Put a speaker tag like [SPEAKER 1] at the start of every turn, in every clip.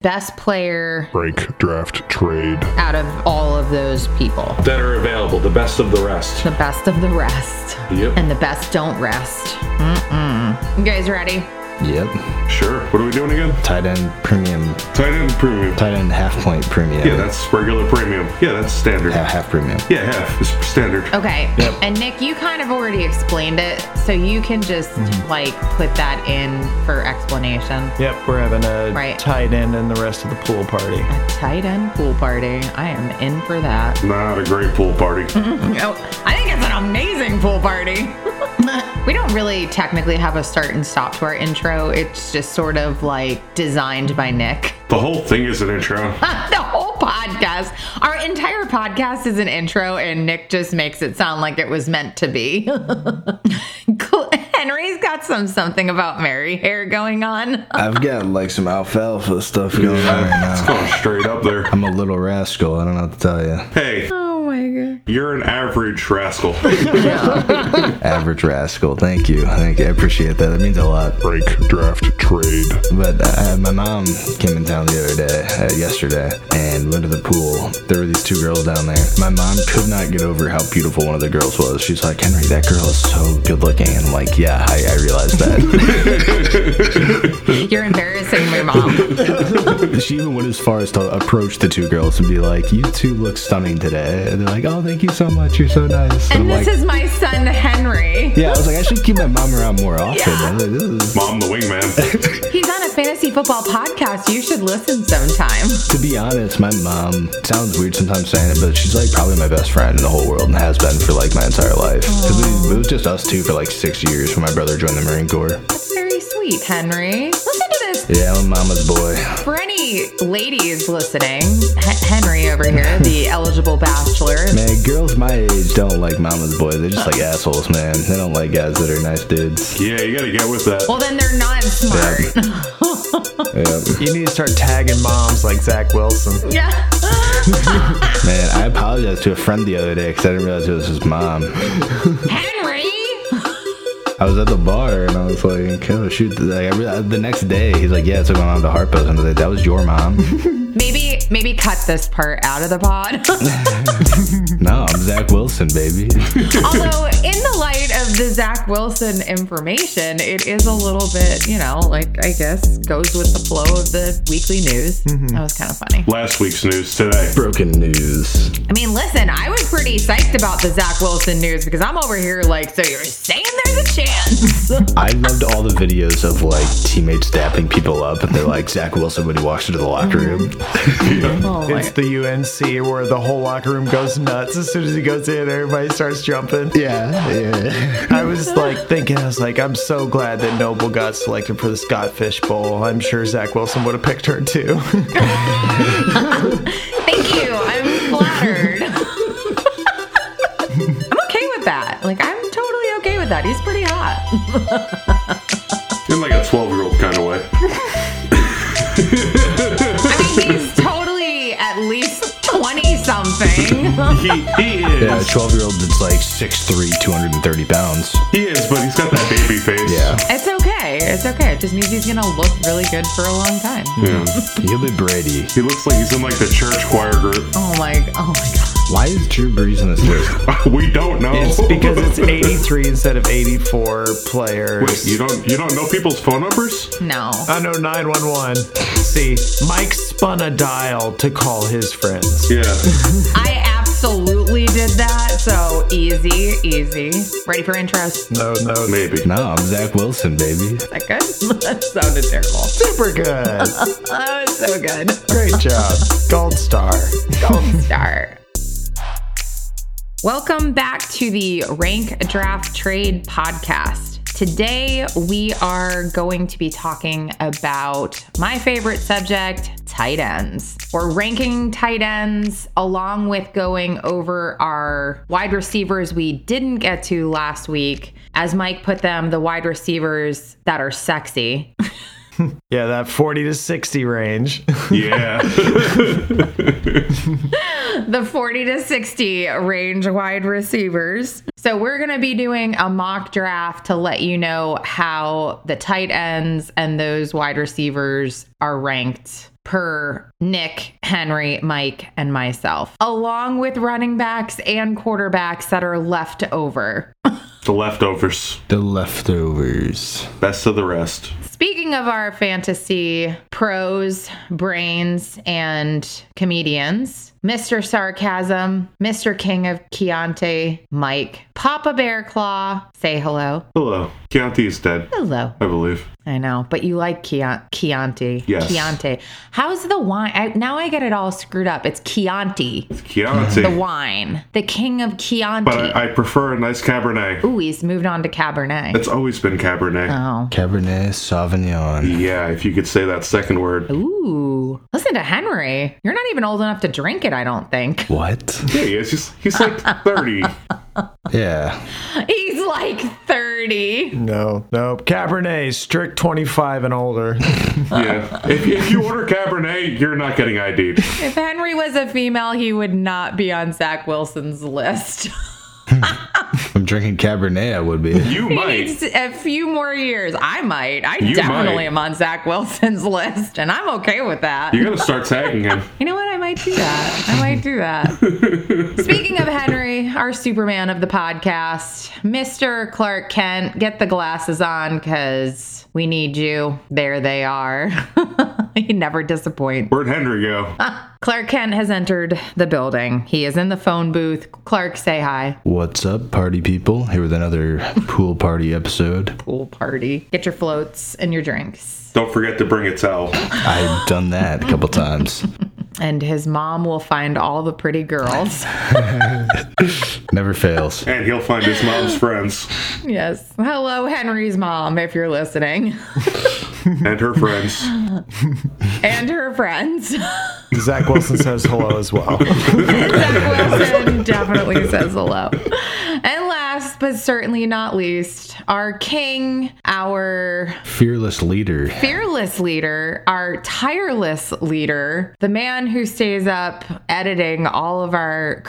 [SPEAKER 1] best player
[SPEAKER 2] break, draft, trade.
[SPEAKER 1] out of all of those people.
[SPEAKER 3] that are available, the best of the rest.
[SPEAKER 1] The best of the rest.
[SPEAKER 3] Yep.
[SPEAKER 1] And the best don't rest. Mm-mm. You guys ready?
[SPEAKER 4] Yep.
[SPEAKER 3] Sure. What are we doing again?
[SPEAKER 4] Tight end premium.
[SPEAKER 3] Tight end premium.
[SPEAKER 4] Tight end half point premium.
[SPEAKER 3] Yeah, that's regular premium. Yeah, that's standard.
[SPEAKER 4] Ha- half premium.
[SPEAKER 3] Yeah, half is standard.
[SPEAKER 1] Okay. And Nick, you kind of already explained it, so you can just like put that in for explanation.
[SPEAKER 5] Yep, we're having a
[SPEAKER 1] Right.
[SPEAKER 5] tight end and the rest of the pool party.
[SPEAKER 1] A tight end pool party. I am in for that.
[SPEAKER 3] Not a great pool party.
[SPEAKER 1] Oh, I think it's an amazing pool party. we don't really technically have a start and stop to our intro. It's just sort of like designed by Nick.
[SPEAKER 3] The whole thing is an intro.
[SPEAKER 1] the whole podcast, our entire podcast is an intro, and Nick just makes it sound like it was meant to be. Cl- Henry's got some something about Mary hair going on.
[SPEAKER 4] I've got like some alfalfa stuff going on right
[SPEAKER 3] It's
[SPEAKER 4] now.
[SPEAKER 3] going straight up there.
[SPEAKER 4] I'm a little rascal. I don't know what to tell you.
[SPEAKER 3] Hey,
[SPEAKER 1] Oh my god.
[SPEAKER 3] you're an average rascal.
[SPEAKER 4] Average rascal. Thank you. Thank you. I appreciate that. That means a lot.
[SPEAKER 2] Break, draft, trade.
[SPEAKER 4] But uh, my mom came in town the other day, uh, yesterday, and went to the pool. There were these two girls down there. My mom could not get over how beautiful one of the girls was. She's like, Henry, that girl is so good looking. And I'm like, yeah, I, I realized that.
[SPEAKER 1] You're embarrassing my mom.
[SPEAKER 4] she even went as far as to approach the two girls and be like, you two look stunning today. And they're like, oh, thank you so much. You're so nice.
[SPEAKER 1] And
[SPEAKER 4] I'm
[SPEAKER 1] this
[SPEAKER 4] like,
[SPEAKER 1] is my son, Henry.
[SPEAKER 4] yeah, I was like, I should keep my mom around more often. I was like, this is
[SPEAKER 3] Mom the wingman.
[SPEAKER 1] He's on a fantasy football podcast. You should listen sometime.
[SPEAKER 4] To be honest, my mom sounds weird sometimes saying it, but she's like probably my best friend in the whole world and has been for like my entire life. Because it was just us two for like six years when my brother joined the Marine Corps.
[SPEAKER 1] That's very sweet, Henry. Listen to this.
[SPEAKER 4] Yeah, I'm a mama's boy.
[SPEAKER 1] For any ladies listening, H- Henry over here, the eligible bachelor,
[SPEAKER 4] Man, girls my age don't like mama's boy. They're just like assholes, man. They don't like guys that are nice dudes.
[SPEAKER 3] Yeah, you gotta get with that.
[SPEAKER 1] Well, then they're not smart.
[SPEAKER 4] Yep.
[SPEAKER 5] You need to start tagging moms like Zach Wilson.
[SPEAKER 1] Yeah.
[SPEAKER 4] Man, I apologized to a friend the other day because I didn't realize it was his mom.
[SPEAKER 1] Henry!
[SPEAKER 4] I was at the bar and I was like, oh, shoot. Like, I realized, the next day, he's like, yeah, I took my mom to Harpo's. And I was like, that was your mom.
[SPEAKER 1] Maybe, maybe cut this part out of the pod.
[SPEAKER 4] No, I'm Zach Wilson, baby.
[SPEAKER 1] Although, in the light of the Zach Wilson information, it is a little bit, you know, like I guess goes with the flow of the weekly news.
[SPEAKER 5] Mm-hmm.
[SPEAKER 1] That was kind of funny.
[SPEAKER 3] Last week's news today.
[SPEAKER 4] Broken news.
[SPEAKER 1] I mean, listen, I was pretty psyched about the Zach Wilson news because I'm over here like, so you're saying there's a chance?
[SPEAKER 4] I loved all the videos of like teammates dapping people up, and they're like Zach Wilson when he walks into the locker room.
[SPEAKER 1] oh
[SPEAKER 5] It's the UNC where the whole locker room goes nuts as soon as he goes in. Everybody starts jumping.
[SPEAKER 4] Yeah, yeah.
[SPEAKER 5] I was like thinking, I was like, I'm so glad that Noble got selected for the Scott Fish Bowl. I'm sure Zach Wilson would have picked her too.
[SPEAKER 1] Thank you. I'm flattered. I'm okay with that. Like, I'm totally okay with that. He's pretty hot.
[SPEAKER 3] In like a 12 year old kind of way.
[SPEAKER 1] I mean, he's totally at least 20 something.
[SPEAKER 3] He, he is.
[SPEAKER 4] Yeah, twelve year old that's like 6'3", 230 pounds.
[SPEAKER 3] He is, but he's got that baby face.
[SPEAKER 4] Yeah,
[SPEAKER 1] It's okay. It's okay. It just means he's going to look really good for a long time.
[SPEAKER 3] Yeah.
[SPEAKER 4] he'll be Brady.
[SPEAKER 3] He looks like he's in like the church choir group.
[SPEAKER 1] Oh my, oh my God.
[SPEAKER 4] Why is Drew Brees in this list?
[SPEAKER 3] we don't know.
[SPEAKER 5] It's because it's 83 instead of 84 players.
[SPEAKER 3] Wait, you don't you don't know people's phone numbers?
[SPEAKER 1] No.
[SPEAKER 5] I know 911. See, Mike spun a dial to call his friends.
[SPEAKER 3] Yeah.
[SPEAKER 1] I absolutely did that. So easy, easy. Ready for intros? Is
[SPEAKER 5] No, no,
[SPEAKER 3] Oh, Maybe.
[SPEAKER 4] No, I'm Zach Wilson, baby.
[SPEAKER 1] that good? that sounded terrible.
[SPEAKER 5] super good.
[SPEAKER 1] That was so good.
[SPEAKER 5] Great job. Gold star.
[SPEAKER 1] gold star. Welcome back to the Rank Draft Trade podcast. Today, we are going to be talking about my favorite subject, tight ends. We're ranking tight ends along with going over our wide receivers we didn't get to last week. As Mike put them, the wide receivers that are sexy.
[SPEAKER 5] Yeah, that 40 to 60 range.
[SPEAKER 3] Yeah.
[SPEAKER 1] the 40 to 60 range wide receivers. So we're going to be doing a mock draft to let you know how the tight ends and those wide receivers are ranked per Nick, Henry, Mike, and myself, along with running backs and quarterbacks that are left over.
[SPEAKER 3] The leftovers.
[SPEAKER 4] The leftovers.
[SPEAKER 3] Best of the rest.
[SPEAKER 1] Speaking of our fantasy pros, brains, and comedians, Mr. Sarcasm, Mr. King of Chianti, Mike, Papa Bear Claw, say hello.
[SPEAKER 3] Hello. Chianti is dead,
[SPEAKER 1] Hello.
[SPEAKER 3] I believe.
[SPEAKER 1] I know, but you like Chian- Chianti.
[SPEAKER 3] Yes.
[SPEAKER 1] Chianti. How's the wine? I, now I get it all screwed up. It's Chianti,
[SPEAKER 3] It's Chianti.
[SPEAKER 1] the wine, the king of Chianti.
[SPEAKER 3] But I, I prefer a nice Cabernet.
[SPEAKER 1] Ooh, he's moved on to Cabernet.
[SPEAKER 3] It's always been Cabernet.
[SPEAKER 1] oh.
[SPEAKER 4] Cabernet Sauvignon.
[SPEAKER 3] Yeah, if you could say that second word.
[SPEAKER 1] Ooh. Listen to Henry. You're not even old enough to drink it, I don't think.
[SPEAKER 4] What?
[SPEAKER 3] Yeah, he is. He's, he's like 30.
[SPEAKER 4] Yeah.
[SPEAKER 1] He's like 30.
[SPEAKER 5] No, no. Cabernet, strict 25 and older.
[SPEAKER 3] Yeah. If, if you order Cabernet, you're not getting ID'd.
[SPEAKER 1] If Henry was a female, he would not be on Zach Wilson's list.
[SPEAKER 4] If I'm drinking Cabernet, I would be.
[SPEAKER 3] You
[SPEAKER 1] He
[SPEAKER 3] might.
[SPEAKER 1] needs a few more years. I might. I
[SPEAKER 3] You
[SPEAKER 1] definitely
[SPEAKER 3] might.
[SPEAKER 1] am on Zach Wilson's list, and I'm okay with that.
[SPEAKER 3] You gotta start tagging him.
[SPEAKER 1] You know what? I might do that. I might do that. Speaking of Henry, our Superman of the podcast, Mr. Clark Kent, get the glasses on because we need you. There they are. he never disappoints.
[SPEAKER 3] Where'd Henry go?
[SPEAKER 1] Clark Kent has entered the building. He is in the phone booth. Clark, say hi.
[SPEAKER 4] What's up, party people? Here with another pool party episode.
[SPEAKER 1] Pool party. Get your floats and your drinks.
[SPEAKER 3] Don't forget to bring a towel.
[SPEAKER 4] I've done that a couple times.
[SPEAKER 1] And his mom will find all the pretty girls.
[SPEAKER 4] Never fails.
[SPEAKER 3] And he'll find his mom's friends
[SPEAKER 1] yes. Hello, Henry's mom, if you're listening,
[SPEAKER 3] and her friends.
[SPEAKER 1] and her friends.
[SPEAKER 5] Zach Wilson says hello as well.
[SPEAKER 1] Zach Wilson definitely says hello. And last but certainly not least, our king, our
[SPEAKER 4] Fearless leader.
[SPEAKER 1] fearless leader, our tireless leader, the man who stays up editing all of our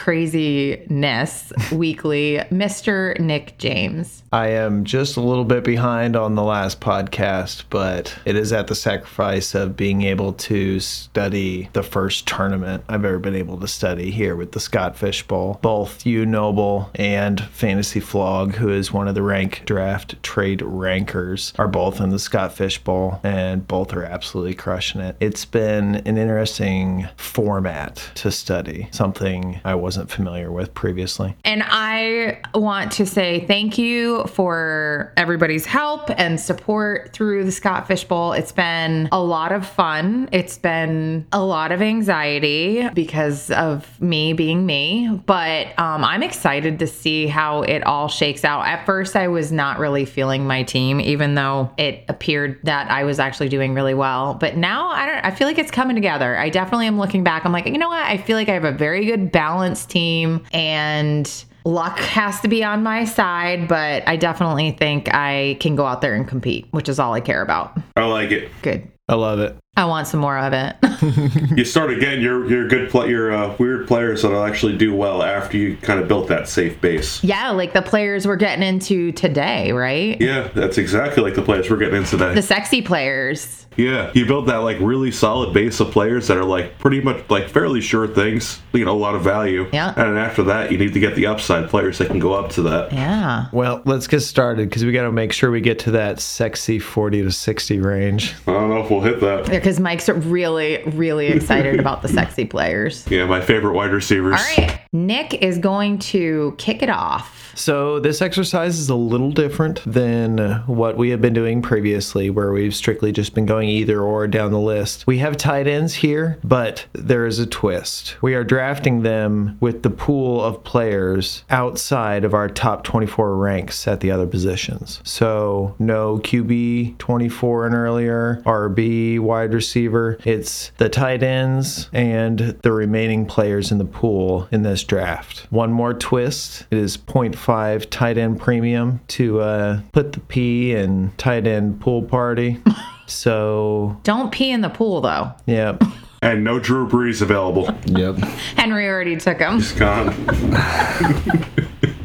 [SPEAKER 1] craziness weekly, Mr. Nick James.
[SPEAKER 5] I am just a little bit behind on the last podcast, but it is at the sacrifice of being able to study the first tournament I've ever been able to study here with the Scott Fish Bowl. Both you, Noble, and Fantasy Flog, who is one of the rank draft trade rankers, are both in the Scott Fish Bowl, and both are absolutely crushing it. It's been an interesting format to study, something I wasn't familiar with previously.
[SPEAKER 1] And I want to say thank you for everybody's help and support through the Scott Fish Bowl. It's been a lot of fun. It's been a lot of anxiety because of me being me, but um, I'm excited to see how it all shakes out. At first, I was not really feeling my team, even though it appeared that I was actually doing really well. But now I don't. I feel like it's coming together. I definitely am looking back. I'm like, you know what? I feel like I have a very good balanced team and. Luck has to be on my side, but I definitely think I can go out there and compete, which is all I care about.
[SPEAKER 3] I like it.
[SPEAKER 1] Good.
[SPEAKER 5] I love it.
[SPEAKER 1] I want some more of it.
[SPEAKER 3] You started getting your your good play, your uh, weird players that'll actually do well after you kind of built that safe base.
[SPEAKER 1] yeah, like the players we're getting into today, right?
[SPEAKER 3] Yeah, that's exactly like the players we're getting in today.
[SPEAKER 1] The sexy players.
[SPEAKER 3] Yeah, you build that like really solid base of players that are like pretty much like fairly sure things, you know, a lot of value.
[SPEAKER 1] Yeah.
[SPEAKER 3] And then after that, you need to get the upside players that can go up to that.
[SPEAKER 1] Yeah.
[SPEAKER 5] Well, let's get started because we got to make sure we get to that sexy 40 to 60 range.
[SPEAKER 3] I don't know if we'll hit that.
[SPEAKER 1] Because Mike's really, really excited about the sexy players.
[SPEAKER 3] Yeah, my favorite wide receivers.
[SPEAKER 1] All right. Nick is going to kick it off.
[SPEAKER 5] So, this exercise is a little different than what we have been doing previously, where we've strictly just been going either or down the list. We have tight ends here, but there is a twist. We are drafting them with the pool of players outside of our top 24 ranks at the other positions. So, no QB 24 and earlier, RB, wide receiver. It's the tight ends and the remaining players in the pool in this draft. One more twist it is 0.5 tight end premium to uh, put the P in tight end pool party. so,
[SPEAKER 1] Don't pee in the pool, though.
[SPEAKER 5] yeah.
[SPEAKER 3] And no Drew Brees available.
[SPEAKER 4] Yep.
[SPEAKER 1] Henry already took him.
[SPEAKER 3] He's gone.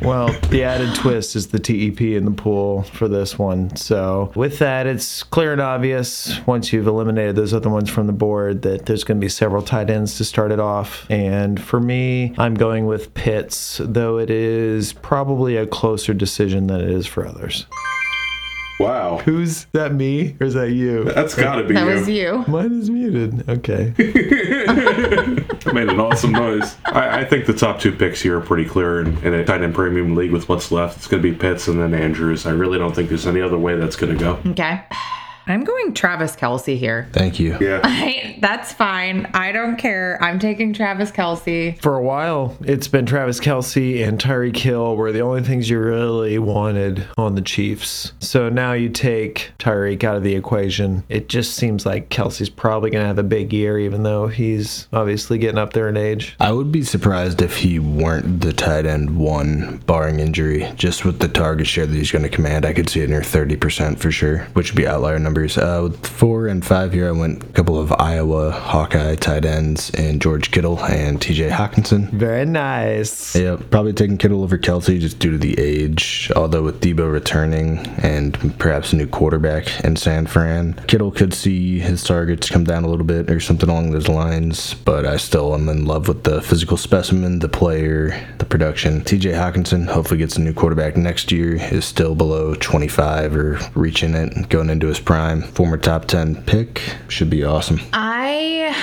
[SPEAKER 5] Well, the added twist is the TEP in the pool for this one. So, with that, it's clear and obvious once you've eliminated those other ones from the board that there's going to be several tight ends to start it off. And for me, I'm going with Pitts, though it is probably a closer decision than it is for others.
[SPEAKER 3] Wow.
[SPEAKER 5] Who's that, me or is that you?
[SPEAKER 3] That's gotta be
[SPEAKER 1] That
[SPEAKER 3] you.
[SPEAKER 1] was you.
[SPEAKER 5] Mine is muted. Okay.
[SPEAKER 3] I made an awesome noise.
[SPEAKER 6] I, I think the top two picks here are pretty clear in, in a tight end premium league with what's left. It's going to be Pitts and then Andrews. I really don't think there's any other way that's going to go.
[SPEAKER 1] Okay. I'm going Travis Kelsey here.
[SPEAKER 4] Thank you.
[SPEAKER 3] Yeah.
[SPEAKER 1] I, that's fine. I don't care. I'm taking Travis Kelsey.
[SPEAKER 5] for a while, it's been Travis Kelsey and Tyreek Hill were the only things you really wanted on the Chiefs. So now you take Tyreek out of the equation. It just seems like Kelsey's probably going to have a big year, even though he's obviously getting up there in age.
[SPEAKER 4] I would be surprised if he weren't the tight end one, barring injury. Just with the target share that he's going to command, I could see it near 30% for sure, which would be outlier numbers. Uh, with four and five here, I went a couple of Iowa Hawkeye tight ends and George Kittle and TJ Hawkinson.
[SPEAKER 5] Very nice.
[SPEAKER 4] Yeah, probably taking Kittle over Kelsey just due to the age. Although with Debo returning and perhaps a new quarterback in San Fran, Kittle could see his targets come down a little bit or something along those lines. But I still am in love with the physical specimen, the player, the production. TJ Hawkinson hopefully gets a new quarterback next year, is still below 25 or reaching it, going into his prime. Former top 10 pick should be awesome.
[SPEAKER 1] I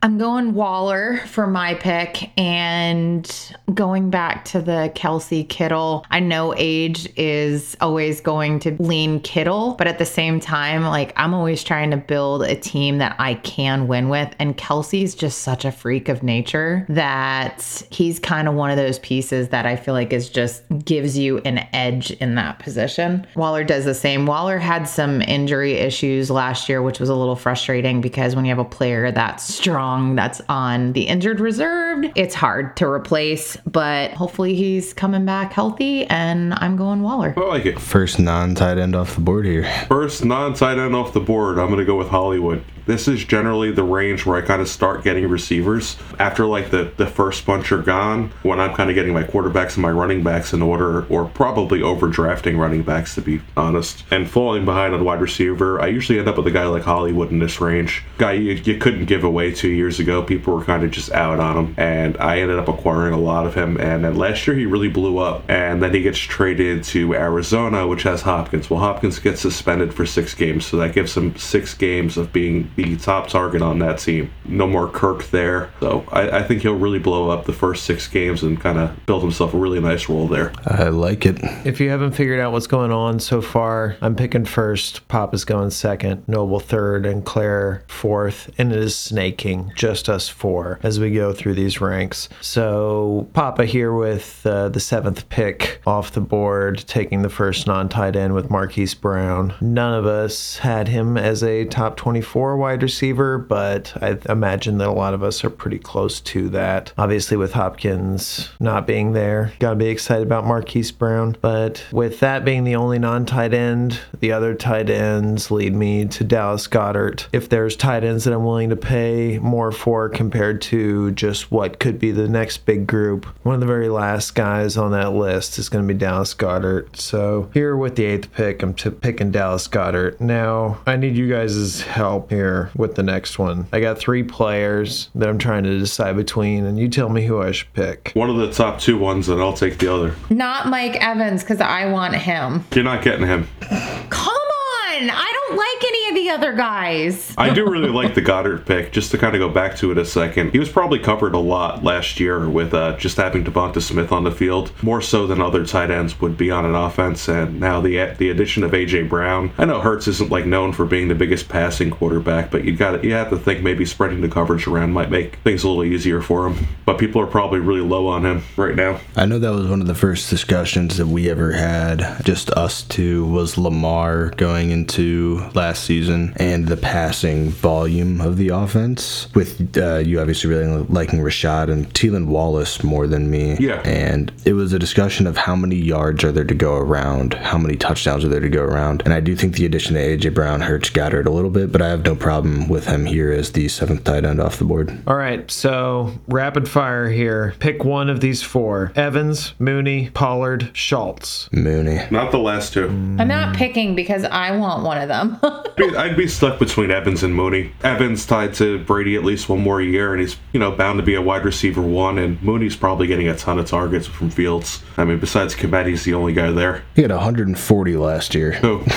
[SPEAKER 1] I'm going Waller for my pick and going back to the Kelsey Kittle. I know age is always going to lean Kittle, but at the same time, like I'm always trying to build a team that I can win with. And Kelsey's just such a freak of nature that he's kind of one of those pieces that I feel like is just gives you an edge in that position. Waller does the same. Waller had some injury issues last year, which was a little frustrating because when you have a player that's strong, that's on the injured reserved, it's hard to replace. But hopefully he's coming back healthy, and I'm going Waller.
[SPEAKER 6] I like it.
[SPEAKER 4] First non tight end off the board here.
[SPEAKER 6] First non tight end off the board, I'm going to go with Hollywood. This is generally the range where I kind of start getting receivers after like the, the first bunch are gone, when I'm kind of getting my quarterbacks and my running backs in order, or probably overdrafting running backs to be honest, and falling behind on wide receiver. I usually end up with a guy like Hollywood in this range. Guy you, you couldn't give away two years ago. People were kind of just out on him, and I ended up acquiring a lot of him. And then last year he really blew up, and then he gets traded to Arizona, which has Hopkins. Well, Hopkins gets suspended for six games, so that gives him six games of being the top target on that team. No more Kirk there, so I, I think he'll really blow up the first six games and kind of build himself a really nice role there.
[SPEAKER 4] I like it.
[SPEAKER 5] If you haven't figured out what's going on so far, I'm picking first. Pop is going second, Noble third, and Claire fourth. And it is snaking, just us four, as we go through these ranks. So Papa here with uh, the seventh pick off the board, taking the first non tight end with Marquise Brown. None of us had him as a top 24 wide receiver, but I imagine that a lot of us are pretty close to that. Obviously, with Hopkins not being there, gotta be excited about Marquise Brown. But with that being the only non tight end, the other tight ends lead me to Dallas Goddard. If there's tight ends that I'm willing to pay more for compared to just what could be the next big group, one of the very last guys on that list is going to be Dallas Goddard. So here with the eighth pick, I'm t- picking Dallas Goddard. Now I need you guys' help here with the next one. I got three players that I'm trying to decide between, and you tell me who I should pick.
[SPEAKER 6] One of the top two ones, and I'll take the other.
[SPEAKER 1] Not Mike Evans because I want him.
[SPEAKER 6] You're not getting him.
[SPEAKER 1] Come on, I don't like any of the other guys.
[SPEAKER 6] I do really like the Goddard pick. Just to kind of go back to it a second, he was probably covered a lot last year with uh, just having Devonta Smith on the field, more so than other tight ends would be on an offense. And now the the addition of AJ Brown, I know Hertz isn't like known for being the biggest passing quarterback, but you got you have to think maybe spreading the coverage around might make things a little easier for him. But people are probably really low on him right now.
[SPEAKER 4] I know that was one of the first discussions that we ever had, just us two, was Lamar going into last season and the passing volume of the offense. With uh, you obviously really liking Rashad and Teelan Wallace more than me.
[SPEAKER 6] Yeah.
[SPEAKER 4] And it was a discussion of how many yards are there to go around, how many touchdowns are there to go around. And I do think the addition to AJ Brown hurts Goddard a little bit, but I have no problem with him here as the seventh tight end off the board.
[SPEAKER 5] All right, so rapid fire here. Pick one of these four Evans, Mooney, Pollard, Schultz.
[SPEAKER 4] Mooney.
[SPEAKER 6] Not the last two.
[SPEAKER 1] I'm not picking because I want one of them.
[SPEAKER 6] I'd be- I'd be stuck between Evans and Mooney. Evans tied to Brady at least one more year, and he's you know bound to be a wide receiver one. And Mooney's probably getting a ton of targets from Fields. I mean, besides Komet, he's the only guy there.
[SPEAKER 4] He had 140 last year.
[SPEAKER 6] So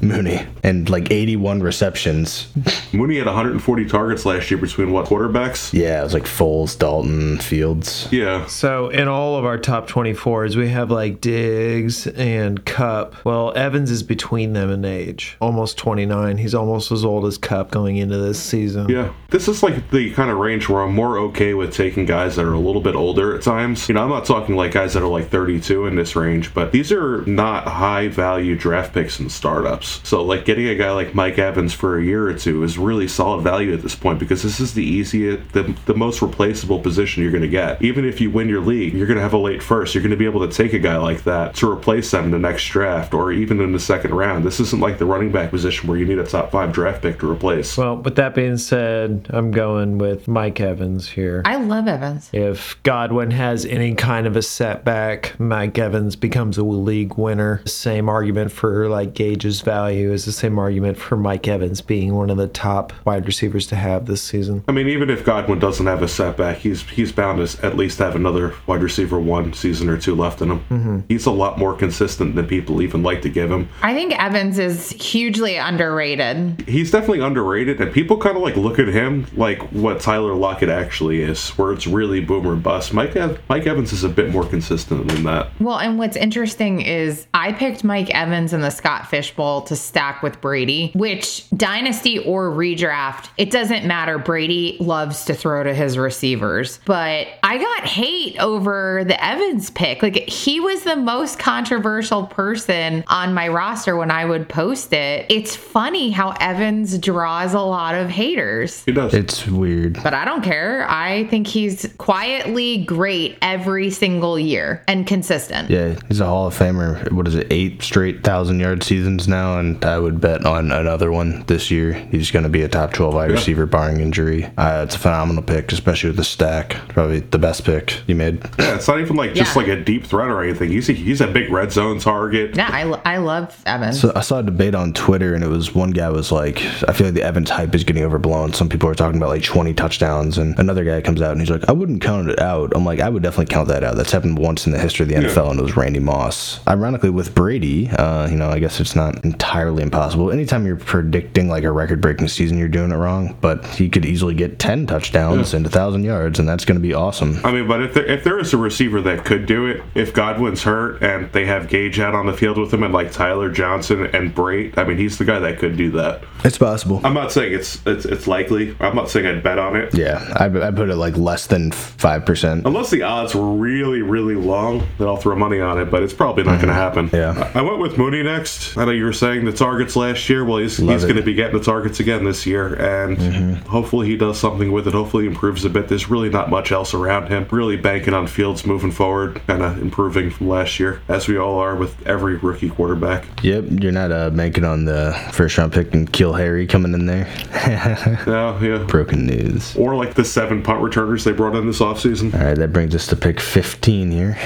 [SPEAKER 4] Mooney. And like 81 receptions.
[SPEAKER 6] Mooney had 140 targets last year between what quarterbacks?
[SPEAKER 4] Yeah, it was like Foles, Dalton, Fields.
[SPEAKER 6] Yeah.
[SPEAKER 5] So in all of our top 24s, we have like Diggs and Cup. Well, Evans is between them in age, almost 29. He's almost as old as Cup going into this season.
[SPEAKER 6] Yeah, this is like the kind of range where I'm more okay with taking guys that are a little bit older at times. You know, I'm not talking like guys that are like 32 in this range, but these are not high value draft picks and startups. So, like getting a guy like Mike Evans for a year or two is really solid value at this point because this is the easiest, the, the most replaceable position you're going to get. Even if you win your league, you're going to have a late first. You're going to be able to take a guy like that to replace them in the next draft or even in the second round. This isn't like the running back position where you need a top five draft pick to replace.
[SPEAKER 5] Well, with that being said, I'm going with Mike Evans here.
[SPEAKER 1] I love Evans.
[SPEAKER 5] If Godwin has any kind of a setback, Mike Evans becomes a league winner. Same argument for like Gage's value is the same argument for Mike Evans being one of the top wide receivers to have this season.
[SPEAKER 6] I mean, even if Godwin doesn't have a setback, he's he's bound to s- at least have another wide receiver one season or two left in him. He's a lot more consistent than people even like to give him.
[SPEAKER 1] I think Evans is hugely underrated.
[SPEAKER 6] He's definitely underrated, and people kind of like look at him like what Tyler Lockett actually is, where it's really boom or bust. Mike Ev- Mike Evans is a bit more consistent than that.
[SPEAKER 1] Well, and what's interesting is I picked Mike Evans in the Scott Fish Bowl to stack with Brady, which dynasty or redraft, it doesn't matter. Brady loves to throw to his receivers, but I got hate over the Evans pick. Like he was the most controversial person on my roster when I would post it. It's funny how Evans draws a lot of haters.
[SPEAKER 6] He does.
[SPEAKER 4] It's weird.
[SPEAKER 1] But I don't care. I think he's quietly great every single year and consistent.
[SPEAKER 4] Yeah, he's a Hall of Famer. What is it, eight straight thousand yard seasons now? And I would bet on another one this year. He's going to be a top 12 wide receiver, barring injury. Uh, it's a phenomenal pick, especially with the stack. Probably the best pick you made.
[SPEAKER 6] yeah, it's not even like just
[SPEAKER 1] Yeah.
[SPEAKER 6] like a deep threat or anything. He's a, he's a big red zone target.
[SPEAKER 1] Yeah, I, lo- I love Evans.
[SPEAKER 4] So I saw a debate on Twitter, and it was one guy was like, "I feel like the Evans hype is getting overblown." Some people are talking about like 20 touchdowns, and another guy comes out and he's like, "I wouldn't count it out." I'm like, "I would definitely count that out." That's happened once in the history of the NFL, and it was Randy Moss. Ironically, with Brady, uh, you know, I guess it's not entirely impossible. Anytime you're predicting like a record-breaking season, you're doing it wrong. But he could easily get 10 touchdowns and and 1,000 yards, and that's going to be awesome.
[SPEAKER 6] I mean, but if there, if there is a receiver that could do it, if Godwin's hurt and they have Gage out on the field with him and like Tyler Johnson and Brait, I mean, he's the guy that could do that.
[SPEAKER 4] It's possible.
[SPEAKER 6] I'm not saying it's it's, it's likely. I'm not saying I'd bet on it.
[SPEAKER 4] yeah, I, I put it like less than five percent.
[SPEAKER 6] Unless the odds were really, really long, then I'll throw money on it, but it's probably not going to happen.
[SPEAKER 4] Mm-hmm. Yeah.
[SPEAKER 6] I I went with Mooney next. I know you were saying the targets last year. Well, he's, he's
[SPEAKER 4] it. Mm-hmm.
[SPEAKER 6] going to be getting the targets again this year, and hopefully he does something with it. Hopefully he improves a bit. There's really not much else around him. Really banking on Fields moving forward, kind of improving from last year, as we all are with every rookie quarterback.
[SPEAKER 4] Yep, you're not uh, banking on the first round pick and Kill Harry coming in there.
[SPEAKER 6] Yeah, yeah.
[SPEAKER 4] Broken news.
[SPEAKER 6] Or like the seven punt returners they brought in this offseason.
[SPEAKER 4] All right, that brings us to pick 15 here.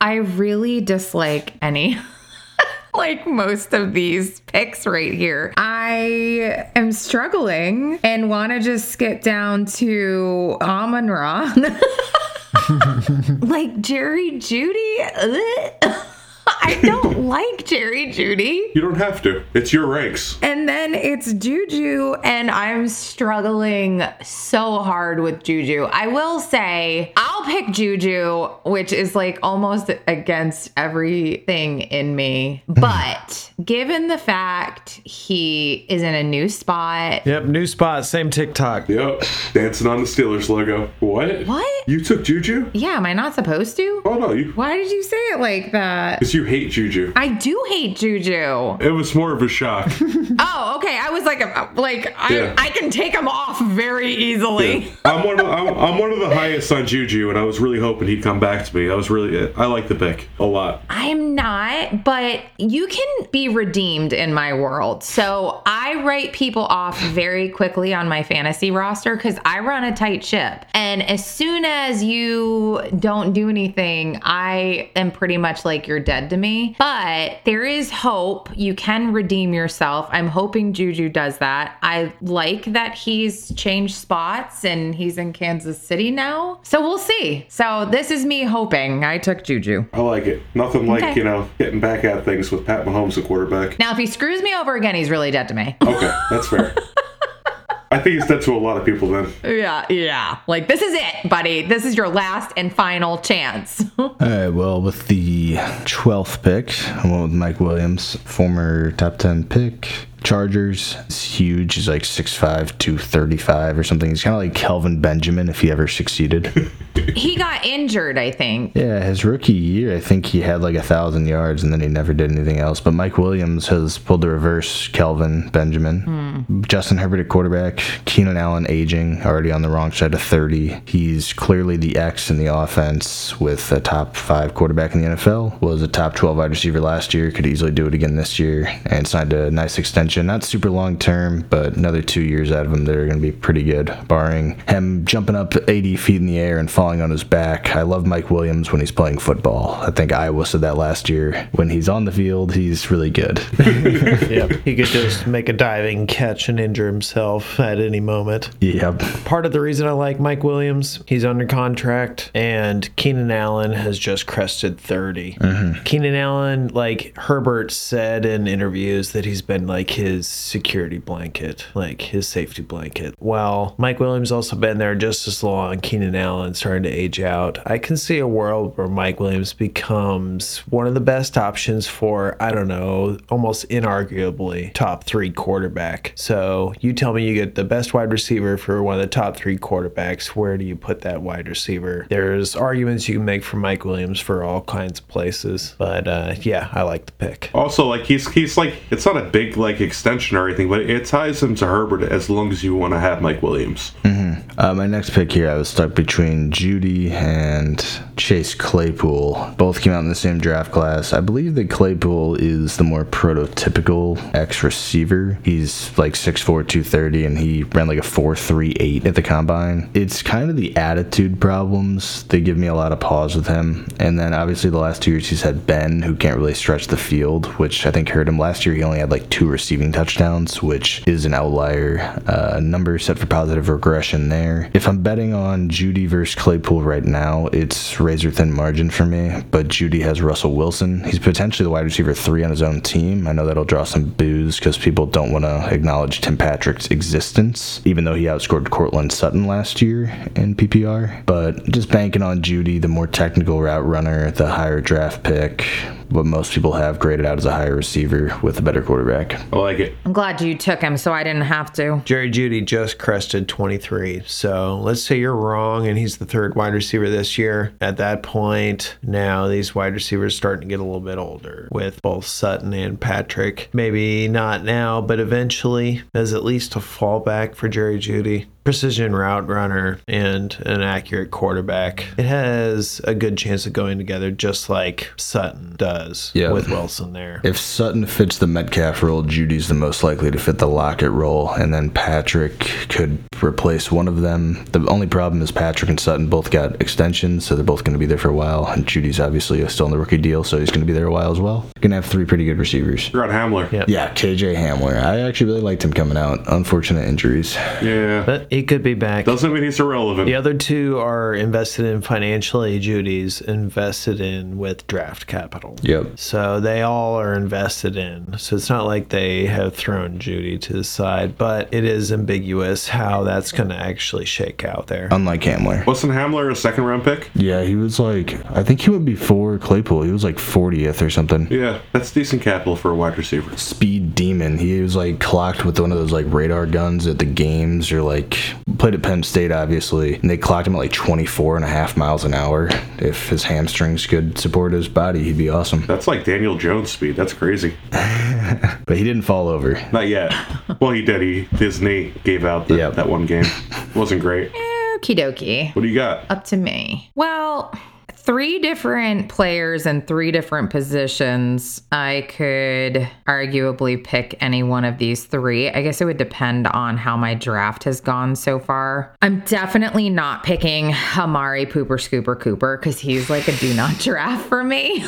[SPEAKER 1] I really dislike any. Like most of these picks right here, I am struggling and want to just skip down to Amon Ra. like Jerry Judy. Ugh. I don't like Jerry Judy.
[SPEAKER 6] You don't have to. It's your ranks.
[SPEAKER 1] And then it's Juju, and I'm struggling so hard with Juju. I will say, I'll pick Juju, which is like almost against everything in me.
[SPEAKER 3] Hmm.
[SPEAKER 1] But given the fact he is in a new spot,
[SPEAKER 5] Yep, new spot, same TikTok.
[SPEAKER 6] Yep. Dancing on the Steelers logo. What?
[SPEAKER 1] what?
[SPEAKER 3] You took Juju?
[SPEAKER 1] Yeah, am I not supposed to?
[SPEAKER 3] Oh no, you
[SPEAKER 1] Why did you say it like that?
[SPEAKER 3] because you hate Juju.
[SPEAKER 1] I do hate Juju.
[SPEAKER 6] It was more of a shock.
[SPEAKER 1] Oh, okay. I was like, uh, like I,
[SPEAKER 3] Yeah.
[SPEAKER 1] I can take him off very easily.
[SPEAKER 6] I'm one of the, I'm, I'm one of the highest on Juju, and I was really hoping he'd come back to me. I was really I like the pick a lot.
[SPEAKER 1] I am not, but you can be redeemed in my world. So I write people off very quickly on my fantasy roster because I run a tight ship. And as soon as you don't do anything, I am pretty much like you're dead to me. But there is hope. You can redeem yourself. I'm hoping Juju does that. I like that he's changed spots and he's in Kansas City now. So we'll see. So this is me hoping. I took Juju.
[SPEAKER 3] I like it. Nothing like
[SPEAKER 1] Okay.
[SPEAKER 3] you know getting back at things with Pat Mahomes at quarterback.
[SPEAKER 1] Now, if he screws me over again, he's really dead to me.
[SPEAKER 3] Okay, that's fair. I think he's dead to a lot of people then.
[SPEAKER 1] yeah, yeah. Like, this is it, buddy. This is your last and final chance.
[SPEAKER 4] All right, well, with the 12th pick, I went with Mike Williams, former top 10 pick. Chargers, he's huge. He's like 6'5, 235 or something. He's kind of like Kelvin Benjamin if he ever succeeded.
[SPEAKER 1] he got injured, I think.
[SPEAKER 4] yeah, his rookie year, I think he had like a 1,000 yards and then he never did anything else. But Mike Williams has pulled the reverse Kelvin Benjamin. Justin Herbert at quarterback, Keenan Allen aging, already on the wrong side of 30. He's clearly the X in the offense with a top five quarterback in the NFL. Was a top 12 wide receiver last year, could easily do it again this year, and signed a nice extension. Not super long term, but another two years out of him that are going to be pretty good, barring him jumping up 80 feet in the air and falling on his back. I love Mike Williams when he's playing football. I think Iowa said that last year. When he's on the field, he's really good.
[SPEAKER 5] Yep. He could just make a diving catch and injure himself at any moment.
[SPEAKER 4] yep.
[SPEAKER 5] Part of the reason I like Mike Williams, he's under contract, and Keenan Allen has just crested 30. Keenan Allen, like Herbert said in interviews, that he's been like his security blanket, like his safety blanket. Well, Mike Williams also been there just as long. Keenan Allen's starting to age out. I can see a world where Mike Williams becomes one of the best options for, I don't know, almost inarguably top three quarterback. So you tell me you get the best wide receiver for one of the top three quarterbacks. Where do you put that wide receiver? There's arguments you can make for Mike Williams for all kinds of places. But uh, yeah, I like the pick.
[SPEAKER 6] Also, like he's he's like it's not a big like extension or anything, but it ties him to Herbert as long as you want to have Mike Williams.
[SPEAKER 4] Uh, my next pick here, I was stuck between Judy and Chase Claypool. Both came out in the same draft class. I believe that Claypool is the more prototypical X receiver. He's like 6'4, 230, and he ran like a 4.38 at the combine. It's kind of the attitude problems that give me a lot of pause with him. And then obviously, the last two years, he's had Ben, who can't really stretch the field, which I think hurt him. Last year, he only had like two receiving touchdowns, which is an outlier uh, number set for positive regression there. If I'm betting on Judy versus Claypool right now, it's razor thin margin for me, but Judy has Russell Wilson. He's potentially the wide receiver three on his own team. I know that'll draw some boos because people don't want to acknowledge Tim Patrick's existence, even though he outscored Cortland Sutton last year in PPR. But just banking on Judy, the more technical route runner, the higher draft pick, what most people have graded out as a higher receiver with a better quarterback.
[SPEAKER 6] I like it.
[SPEAKER 1] I'm glad you took him so I didn't have to.
[SPEAKER 5] Jerry Judy just crested 23. So let's say you're wrong and he's the third wide receiver this year. At that point, now these wide receivers starting to get a little bit older with both Sutton and Patrick. Maybe not now, but eventually as at least a fallback for Jerry Judy. Precision route runner and an accurate quarterback. It has a good chance of going together just like Sutton does
[SPEAKER 4] Yeah.
[SPEAKER 5] with Wilson there.
[SPEAKER 4] If Sutton fits the Metcalf role, Judy's the most likely to fit the Lockett role, and then Patrick could replace one of them. The only problem is Patrick and Sutton both got extensions, so they're both going to be there for a while. And Judy's obviously still on the rookie deal, so he's going to be there a while as well. Going to have three pretty good receivers.
[SPEAKER 6] You're on Hamler.
[SPEAKER 5] Yeah.
[SPEAKER 4] Yeah, KJ Hamler. I actually really liked him coming out. Unfortunate injuries.
[SPEAKER 6] Yeah.
[SPEAKER 5] But he could be back.
[SPEAKER 6] Doesn't mean he's irrelevant.
[SPEAKER 5] The other two are invested in financially. Judy's invested in with draft capital.
[SPEAKER 4] Yep.
[SPEAKER 5] So they all are invested in. So it's not like they have thrown Judy to the side, but it is ambiguous how that's going to actually shake out there.
[SPEAKER 4] Unlike Hamler.
[SPEAKER 6] Wasn't Hamler a second round pick?
[SPEAKER 4] Yeah, he was like, I think he went before Claypool. He was like 40th or something.
[SPEAKER 6] Yeah, that's decent capital for a wide receiver.
[SPEAKER 4] speed demon. He was like clocked with one of those like radar guns at the games or like played at Penn State, obviously, and they clocked him at like 24 and a half miles an hour. If his hamstrings could support his body, he'd be awesome.
[SPEAKER 6] That's like Daniel Jones speed. That's crazy.
[SPEAKER 4] But he didn't fall over.
[SPEAKER 6] Not yet. Well, he did. He his knee gave out that-
[SPEAKER 4] Yep.
[SPEAKER 6] that one game. wasn't great.
[SPEAKER 1] Okie dokie.
[SPEAKER 6] What do you got?
[SPEAKER 1] up to me. Well, three different players and three different positions. I could arguably pick any one of these three. I guess it would depend on how my draft has gone so far. I'm definitely not picking Hamari Pooper Scooper Cooper because he's like a do not draft for me.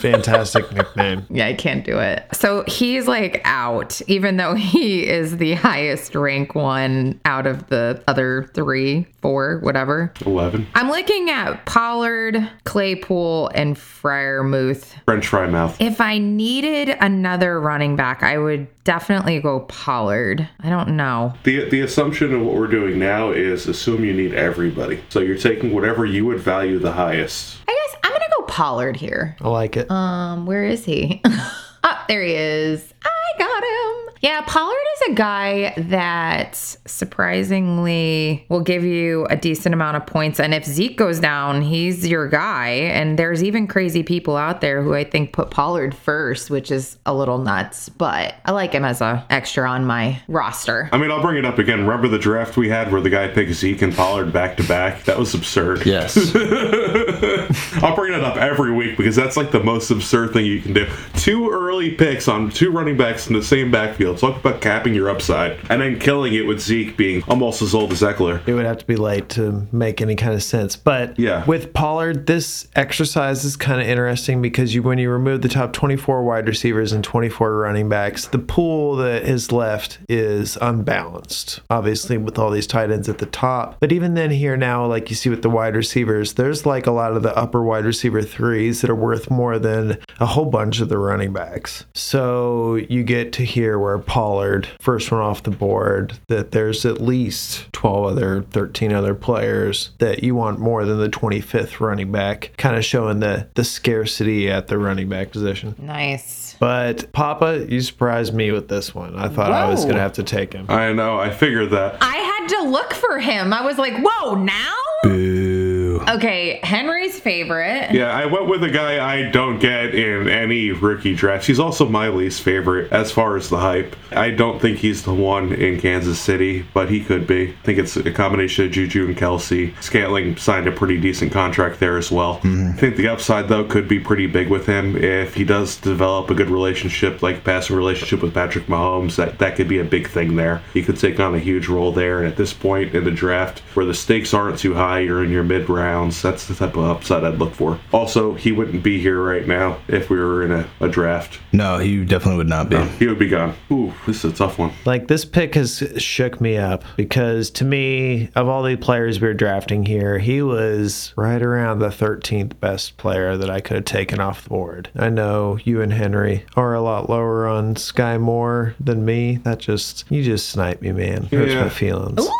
[SPEAKER 5] Fantastic nickname.
[SPEAKER 1] Yeah, I can't do it. So he's like out, even though he is the highest rank one out of the other three, four, whatever.
[SPEAKER 6] Eleven.
[SPEAKER 1] I'm looking at Pollard, Claypool, and Friarmouth.
[SPEAKER 6] French fry mouth.
[SPEAKER 1] If I needed another running back, I would definitely go Pollard. I don't know.
[SPEAKER 3] The, the assumption of what we're doing now is assume you need everybody. So you're taking whatever you would value the highest.
[SPEAKER 1] I guess I'm going to go Pollard here.
[SPEAKER 5] I like it.
[SPEAKER 1] Um, where is he? oh, there he is. I got him. Yeah, Pollard is a guy that surprisingly will give you a decent amount of points. And if Zeke goes down, he's your guy. And there's even crazy people out there who I think put Pollard first, which is a little nuts, but I like him as a extra on my roster.
[SPEAKER 6] I mean, I'll bring it up again. Remember the draft we had where the guy picked Zeke and Pollard back to back? That was absurd.
[SPEAKER 4] Yes.
[SPEAKER 6] I'll bring it up every week because that's like the most absurd thing you can do. Two early picks on two running backs in the same backfield. Talk about capping your upside and then killing it with Zeke being almost as old as Eckler.
[SPEAKER 5] It would have to be late to make any kind of sense. But
[SPEAKER 6] Yeah.
[SPEAKER 5] with Pollard, this exercise is kind of interesting because you, when you remove the top 24 wide receivers and 24 running backs, the pool that is left is unbalanced. Obviously, with all these tight ends at the top, but even then, here now, like you see with the wide receivers, there's like a lot of the upper wide receiver threes that are worth more than a whole bunch of the running backs. So you get to here where Pollard, first one off the board, that there's at least 12 other, 13 other players that you want more than the 25th running back, kind of showing the, the scarcity at the running back position.
[SPEAKER 1] Nice.
[SPEAKER 5] But Papa, you surprised me with this one. I thought I was
[SPEAKER 1] Whoa.
[SPEAKER 5] going to have to take him.
[SPEAKER 6] I know. I figured that.
[SPEAKER 1] I had to look for him. I was like, whoa, now?
[SPEAKER 4] Boo.
[SPEAKER 1] Okay, Henry's favorite.
[SPEAKER 6] Yeah, I went with a guy I don't get in any rookie drafts. He's also my least favorite as far as the hype. I don't think he's the one in Kansas City, but he could be. I think it's a combination of Juju and Kelsey. Scantling signed a pretty decent contract there as well. I think the upside, though, could be pretty big with him. If he does develop a good relationship, like passing relationship with Patrick Mahomes, that, that could be a big thing there. He could take on a huge role there. And at this point in the draft, where the stakes aren't too high, you're in your mid rounds. That's the type of upside I'd look for. Also, he wouldn't be here right now if we were in a, a draft.
[SPEAKER 4] No, he definitely would not be.
[SPEAKER 6] He would be gone. Ooh, this is a tough one.
[SPEAKER 5] Like this pick has shook me up because to me, of all the players we were drafting here, he was right around the 13th best player that I could have taken off the board. I know you and Henry are a lot lower on Sky Moore than me. That just you just snipe me, man. Hurts
[SPEAKER 6] Yeah.
[SPEAKER 5] my feelings.
[SPEAKER 1] Ooh.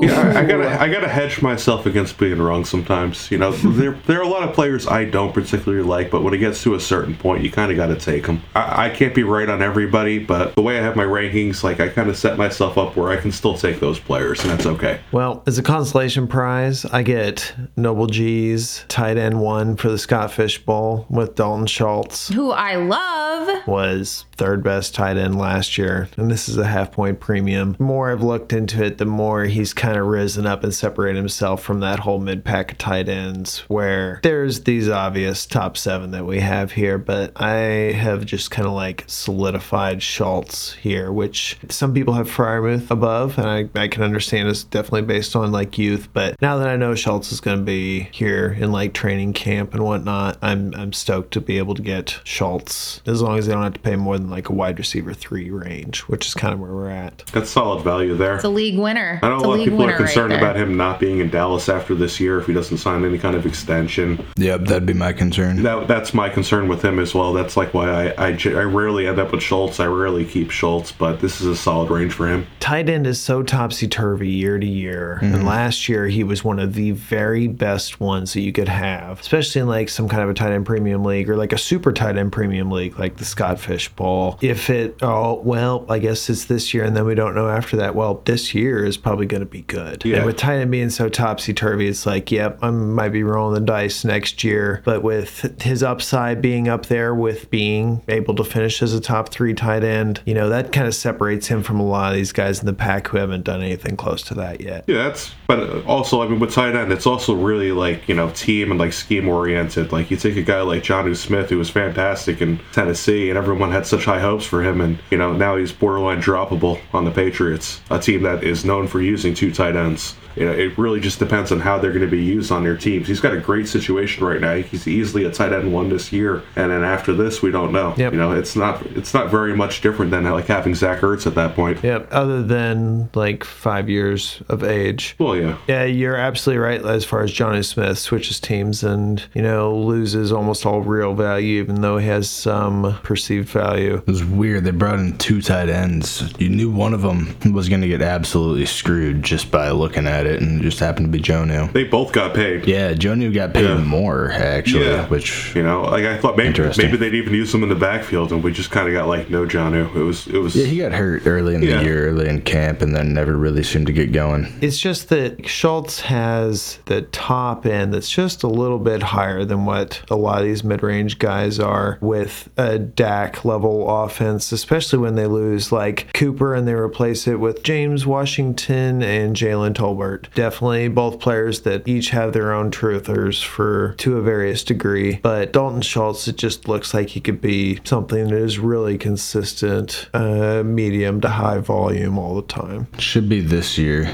[SPEAKER 6] Yeah, I, I gotta, I gotta hedge myself against being wrong sometimes. You know, there, there are a lot of players I don't particularly like, but when it gets to a certain point, you kind of gotta take them. I, I can't be right on everybody, but the way I have my rankings, like I kind of set myself up where I can still take those players, and that's okay.
[SPEAKER 5] Well, as a consolation prize, I get Noble G's tight end one for the Scott Fish Bowl with Dalton Schultz.
[SPEAKER 1] who I love.
[SPEAKER 5] was third best tight end last year, and this is a half point premium. The more I've looked into it, the more he's kind of risen up and separated himself from that whole mid pack of tight ends where there's these obvious top seven that we have here, but I have just kind of like solidified Schultz here, which some people have Fryermuth above, and I, I can understand it's definitely based on like youth, but now that I know Schultz is going to be here in like training camp and whatnot, I'm I'm stoked to be able to get Schultz as long as they don't have to pay more than like a wide receiver three range, which is kind of where we're at.
[SPEAKER 6] That's solid value there.
[SPEAKER 1] It's a league winner.
[SPEAKER 6] I know
[SPEAKER 1] it's
[SPEAKER 6] a
[SPEAKER 1] a
[SPEAKER 6] lot of
[SPEAKER 1] league
[SPEAKER 6] people
[SPEAKER 1] winner
[SPEAKER 6] are concerned
[SPEAKER 1] right there.
[SPEAKER 6] about him not being in Dallas after this year if he doesn't sign any kind of extension.
[SPEAKER 4] Yep, that'd be my concern.
[SPEAKER 6] That, that's my concern with him as well. That's like why I, I, ge- I rarely end up with Schultz. I rarely keep Schultz, but this is a solid range for him.
[SPEAKER 5] Tight end is so topsy turvy year to year, and last year he was one of the very best ones that you could have, especially in like some kind of a tight end premium league or like a super tight end premium league like like the Scottfish Bowl. If it, oh, well, I guess it's this year and then we don't know after that. Well, this year is probably going to be good.
[SPEAKER 6] Yeah.
[SPEAKER 5] And with Tynan being so topsy turvy, it's like, yep, I might be rolling the dice next year. But with his upside being up there, with being able to finish as a top three tight end, you know, that kind of separates him from a lot of these guys in the pack who haven't done anything close to that yet.
[SPEAKER 6] Yeah, that's. But uh, also, I mean, with tight end, it's also really like you know team and like scheme oriented. Like you take a guy like Johnu Smith, who was fantastic in Tennessee, and everyone had such high hopes for him, and you know now he's borderline droppable on the Patriots, a team that is known for using two tight ends. You know, it really just depends on how they're going to be used on their teams. He's got a great situation right now. He's easily a tight end one this year, and then after this, we don't know.
[SPEAKER 5] Yep.
[SPEAKER 6] You know, it's not it's not very much different than like having Zach Ertz at that point.
[SPEAKER 5] Yep. Other than like five years of age.
[SPEAKER 6] Well, yeah.
[SPEAKER 5] Yeah, you're absolutely right as far as Johnny Smith switches teams and, you know, loses almost all real value, even though he has some perceived value.
[SPEAKER 4] It was weird. They brought in two tight ends. You knew one of them was going to get absolutely screwed just by looking at it, and it just happened to be Jonu.
[SPEAKER 6] They both got paid.
[SPEAKER 4] Yeah, Jonu got paid
[SPEAKER 6] Yeah.
[SPEAKER 4] more actually,
[SPEAKER 6] Yeah.
[SPEAKER 4] which
[SPEAKER 6] You know, like I thought maybe
[SPEAKER 4] Interesting.
[SPEAKER 6] maybe they'd even use him in the backfield, and we just kind of got like no Janu. It was it was
[SPEAKER 4] yeah, he got hurt early in
[SPEAKER 6] Yeah.
[SPEAKER 4] the year, early in camp, and then never really seemed to get going.
[SPEAKER 5] It's just that Schultz has the top end that's just a little bit higher than what a lot of these mid range guys are with a DAC level offense, especially when they lose like Cooper and they replace it with James Washington and Jalen Tolbert. Definitely both players that each have their own truthers for to a various degree. But Dalton Schultz, it just looks like he could be something that is really consistent, uh, medium to high volume all the time.
[SPEAKER 4] Should be this year.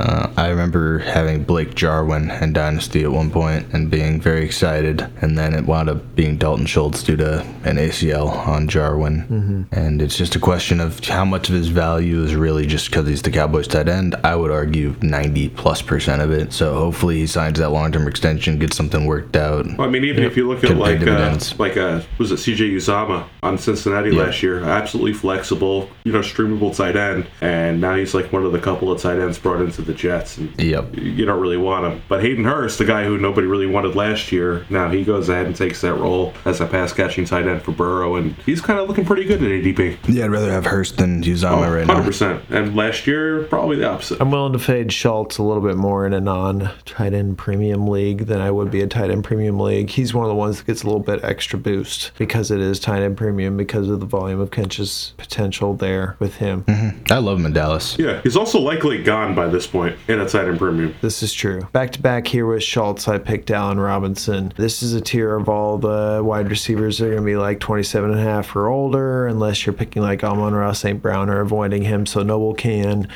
[SPEAKER 4] Uh, I remember having Blake Jarwin and Dynasty at one point and being very excited, and then it wound up being Dalton Schultz due to an ACL on Jarwin. And it's just a question of how much of his value is really just because he's the Cowboys tight end. I would argue 90 plus percent of it. So hopefully he signs that long term extension, gets something worked out.
[SPEAKER 6] I mean, even if you look at
[SPEAKER 4] Can pay
[SPEAKER 6] like uh,
[SPEAKER 4] dividends.
[SPEAKER 6] like uh, was it CJ Uzama on Cincinnati last year? Absolutely flexible, you know, streamable tight end, and now he's like one of the couple of tight ends brought into the Jets, and
[SPEAKER 4] Yep.
[SPEAKER 6] you don't really want him. But Hayden Hurst, the guy who nobody really wanted last year, now he goes ahead and takes that role as a pass catching tight end for Burrow, and he's kind of looking pretty good at ADP,
[SPEAKER 4] Yeah, I'd rather have Hurst than Uzama right
[SPEAKER 6] hundred
[SPEAKER 4] now.
[SPEAKER 6] percent. And last year, probably the opposite.
[SPEAKER 5] I'm willing to fade Schultz a little bit more in a non tight end premium league than I would be a tight end premium league. He's one of the ones that gets a little bit extra boost because it is tight end premium because of the volume of catches potential there with him.
[SPEAKER 4] I love him in Dallas.
[SPEAKER 6] Yeah, he's also likely gone by this point in a tight end premium.
[SPEAKER 5] This is true. Back to back here with Schultz, I picked Allen Robinson. This is a tier of all the wide receivers that are going to be like 27 and a half or older, unless you're picking like Amon Ross St. Brown or avoiding him, so Noble can.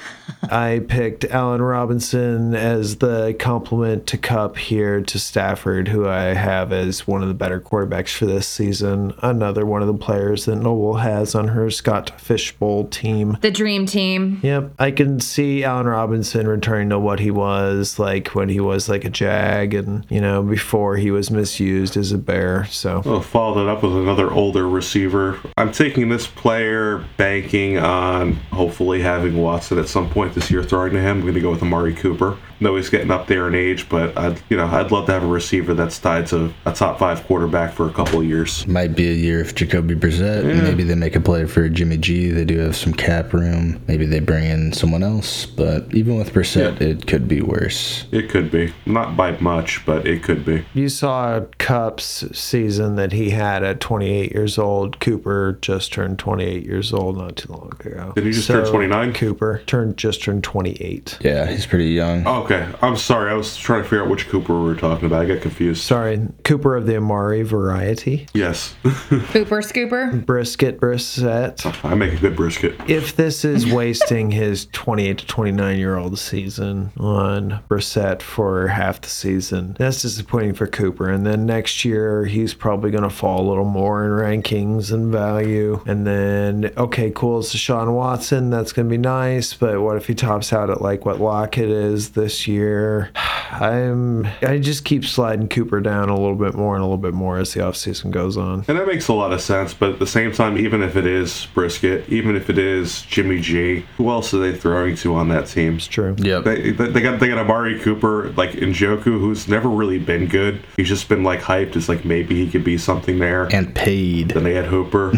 [SPEAKER 5] I picked Allen Robinson as the complement to Cup here to Stafford, who I have as one of the better quarterbacks for this season. Another one of the players that Noble has on her Scott Fishbowl team.
[SPEAKER 1] The dream team.
[SPEAKER 5] Yep, I can see Allen Robinson returning to what he was like when he was like a jag, and you know before he was misused as a bear. So
[SPEAKER 6] Well, followed it up with another older receiver. I'm taking this player banking on hopefully having Watson at some point this year throwing to him. I'm going to go with Amari Cooper. I know he's getting up there in age, but I'd you know I'd love to have a receiver that's tied to a top five quarterback for a couple of years.
[SPEAKER 4] Might be a year if Jacoby Brissett. Maybe they make a play for Jimmy G. They do have some cap room. Maybe they bring in someone else. But even with Brissett, it could be worse.
[SPEAKER 6] It could be not by much, but it could be.
[SPEAKER 5] you saw Cup's season that he had at 28 years old. Cooper just turned 28 years old not too long ago.
[SPEAKER 6] Did he just turn 29?
[SPEAKER 5] Cooper turned just turned 28.
[SPEAKER 4] Yeah, he's pretty young.
[SPEAKER 6] Okay, I'm sorry. I was trying to figure out which Cooper we were talking about. I got confused.
[SPEAKER 5] Sorry, Cooper of the Amari variety,
[SPEAKER 6] Yes,
[SPEAKER 1] Pooper scooper.
[SPEAKER 5] brisket brissette.
[SPEAKER 6] I make a good brisket.
[SPEAKER 5] if this is wasting his 28 to 29 year old season on Brissett for half the season, that's disappointing for Cooper. And then next year, he's probably going to fall a little more in rankings and value. And then, okay, cool, it's Deshaun Watson. That's going to be nice. But what if he tops out at like what Lockett is this year? I'm I just keep sliding Cooper down a little bit more and a little bit more as the offseason goes on.
[SPEAKER 6] And that makes a lot of sense, but at the same time, even if it is Brisket, even if it is Jimmy G, who else are they throwing to on that team?
[SPEAKER 5] It's true.
[SPEAKER 4] Yep.
[SPEAKER 6] They, they they got they got Amari Cooper, like Njoku, who's never really been good. He's just been like hyped. It's like maybe he could be something there.
[SPEAKER 4] and paid.
[SPEAKER 6] Then they had Hooper,